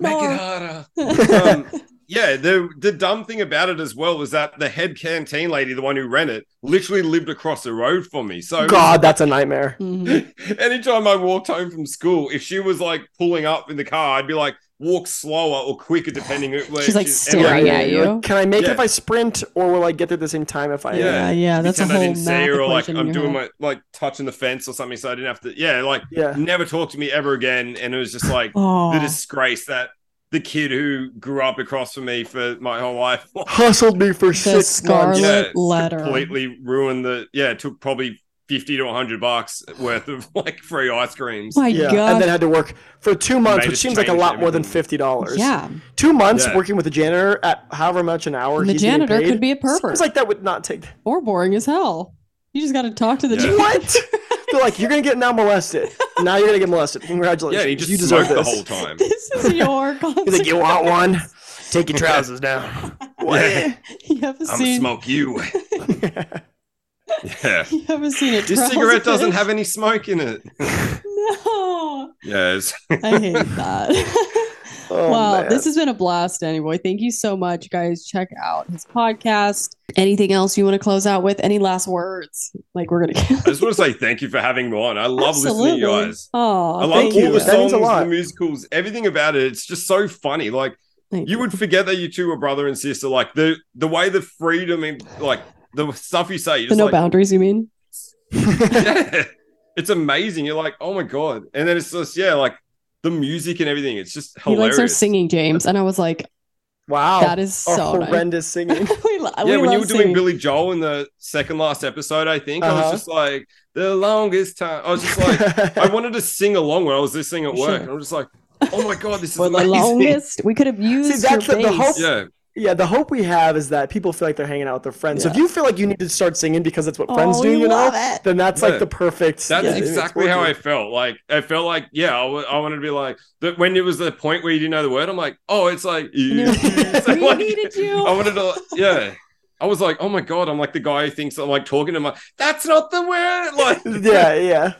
harder.
No.
Um, yeah, the the dumb thing about it as well was that the head canteen lady, the one who ran it, literally lived across the road from me.
<laughs>
So
God, that's a nightmare.
Mhm.
anytime I walked home from school, if she was like pulling up in the car, I'd be like, walk slower or quicker, depending on where
She's, like,
and,
staring
like,
at you.
Like, can I make it
Yeah.
if I sprint, or will I get there at the same time if I?
Yeah.
Yeah, yeah, that's a
pretend I
whole
didn't see
math
her, or like
equation in
I'm
your
doing
head.
my like touching the fence or something, so I didn't have to. Yeah, like
Yeah.
never talked to me ever again, and it was just like
Oh,
the disgrace that the kid who grew up across from me for my whole life
Hustled me for
the
six months.
scarlet Oh
Yeah, it's
letter.
completely ruined the. Yeah, it took probably fifty to hundred bucks worth of <laughs> like free ice creams.
My
yeah, and
God.
then had to work for two months,
Made
which
us
seems like a
change
lot more than
everything.
fifty dollars.
yeah,
two months
Yeah.
working with a janitor at however much an hour.
And the
he's getting
janitor
paid.
could be a pervert.
Seems like that would not take.
or boring as hell. You just got to talk to the
Yeah.
janitor.
What? They're like, you're gonna get now molested. Now you're gonna get molested. Congratulations.
yeah, he just
you deserve
smoked
this.
the whole
<laughs>
time.
<laughs> This is your
<laughs> He's like, you want one?
consequence.
Take your trousers down. <laughs> What?
<laughs> You ever
I'm gonna
seen?
smoke you. <laughs> Yeah.
You ever seen a
This
trousers
cigarette doesn't
bitch?
have any smoke in it.
<laughs>
<laughs>
No,
Yes.
I hate that. <laughs>
Oh,
well,
man.
this has been a blast anyway. Thank you so much, guys. Check out his podcast. Anything else you want to close out with? Any last words? Like we're gonna.
I just want to say thank you for having me on. I <laughs> love listening to you guys.
Oh,
I love
thank
all
you.
the
That means
songs,
a lot.
the musicals, everything about it. It's just so funny. Like you would forget that you two were brother and sister. Like the the way the freedom and like the stuff you say, you're
the
just
no
like,
boundaries. You mean?
yeah, it's amazing. You're like, oh my god, and then it's just yeah, like the music and everything. It's just
He
hilarious.
likes our singing, James, and I was like,
wow.
that is
Our
so nice.
horrendous <laughs> singing.
<laughs> we lo- we
Yeah, when
love
you were doing
singing.
Billy Joel in the second last episode, I think I
Uh-huh.
was just like the longest time. I was just
<laughs>
like, I wanted to sing along when I was listening at
Sure.
work. and I'm just like, oh my god, this is
for the
amazing.
longest. We could have used
that's
your
the- the
bass.
whole-
Yeah,
yeah, the hope we have is that people feel like they're hanging out with their friends. So if
Yeah.
you feel like you need to start singing because that's what friends
oh,
do,
we
you know,
love it.
then that's
Yeah.
like the perfect.
that's
yeah, it's
exactly how I
working.
felt. Like I felt like yeah, I wa- I wanted to be like that when it was the point where you didn't know the word. I'm like, oh, it's like
<laughs> And
you. <laughs>
they're like, <laughs>
So,
we
like, Oh,
needed
<laughs>
you.
I wanted to yeah. I was like, oh my god, I'm like the guy who thinks I'm like talking to my. That's not the word.
<laughs>
Like
<laughs> Yeah, yeah.
yeah.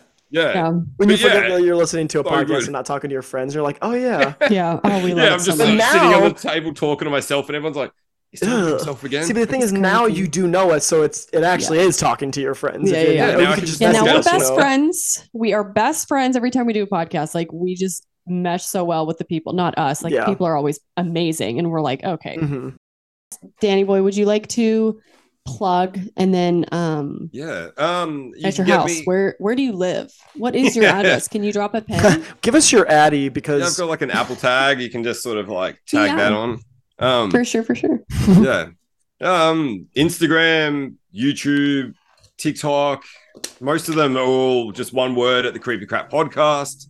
yeah,
When you
But yeah,
forget that you're listening to a
so good.
podcast and not talking to your friends, you're like, oh
<laughs>
yeah.
yeah. Oh, we love
Yeah,
it
I'm
so
just
much.
like,
much.
sitting on
Now-
the table talking to myself, and everyone's like, "He's talking to
Ugh.
himself again."
See, but the thing
It's
is, now
creepy.
you do know us, so it's it actually is talking to your friends.
Yeah,
if you know.
yeah, yeah.
Or
Now
you
I
could
can
just
yeah,
Yeah,
now
message
we're
That's
us, you
best
know?
friends. We are best friends every time we do a podcast. Like we just mesh so well with the people, not us. Like
Yeah.
people are always amazing, and we're like, okay,
Mm.
Mhm.
Danny boy, would you like to plug and then um
Yeah. Um. You
at your
can get
house?
me-
Where where do you live? What is your
<laughs> Yeah.
address? Can you drop a
<laughs>
pen?
Mm-hmm. Give us your Addy
Yeah, I've
because
got like an Apple tag. You can just sort of like tag
Yeah.
that on. Um.
for sure, for sure.
yeah. Um. Instagram, YouTube, TikTok. Most of them are all just one word at the Creepy Crap Podcast.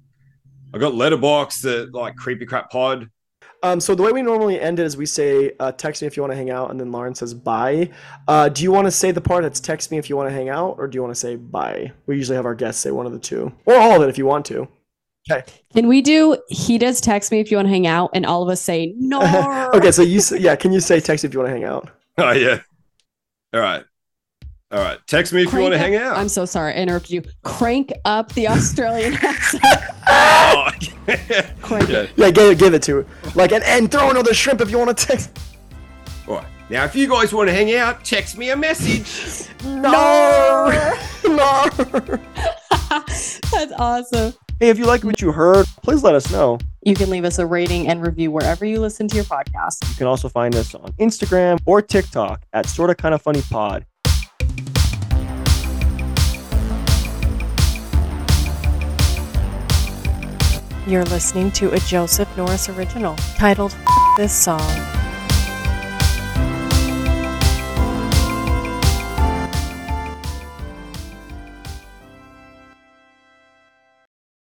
I got Letterbox that like Creepy Crap Pod. <laughs>
um, so the way we normally end it is we say uh, text me if you want to hang out, and then Lauren says bye. Uh, do you want to say the part that's text me if you want to hang out, or do you want to say bye? We usually have our guests say one of the two, or all of it if you want to. <laughs>
Can we do he does text me if you want to hang out and all of us say
<laughs>
no
okay, so you s- yeah, can you say text me if you want to hang out?
Oh yeah. All right. All right. Text me if you want to
Crank
hang
up-
out.
I'm so sorry, I interrupted you. Crank up the Australian <laughs>
<laughs>
accent.
<laughs> Oh,
Crank
yeah. <laughs>
Yeah, give it, give it to her. Like and and throw another shrimp if you want to text. <laughs>
All right. Now, if you guys want to hang out, text me a message.
No, <laughs> no.
<laughs> That's awesome.
Hey, if you like what you heard, please let us know.
You can leave us a rating and review wherever you listen to your podcast.
You can also find us on Instagram or TikTok at Sorta Kinda Funny Pod.
You're listening to a Joseph Norris original titled F- This Song.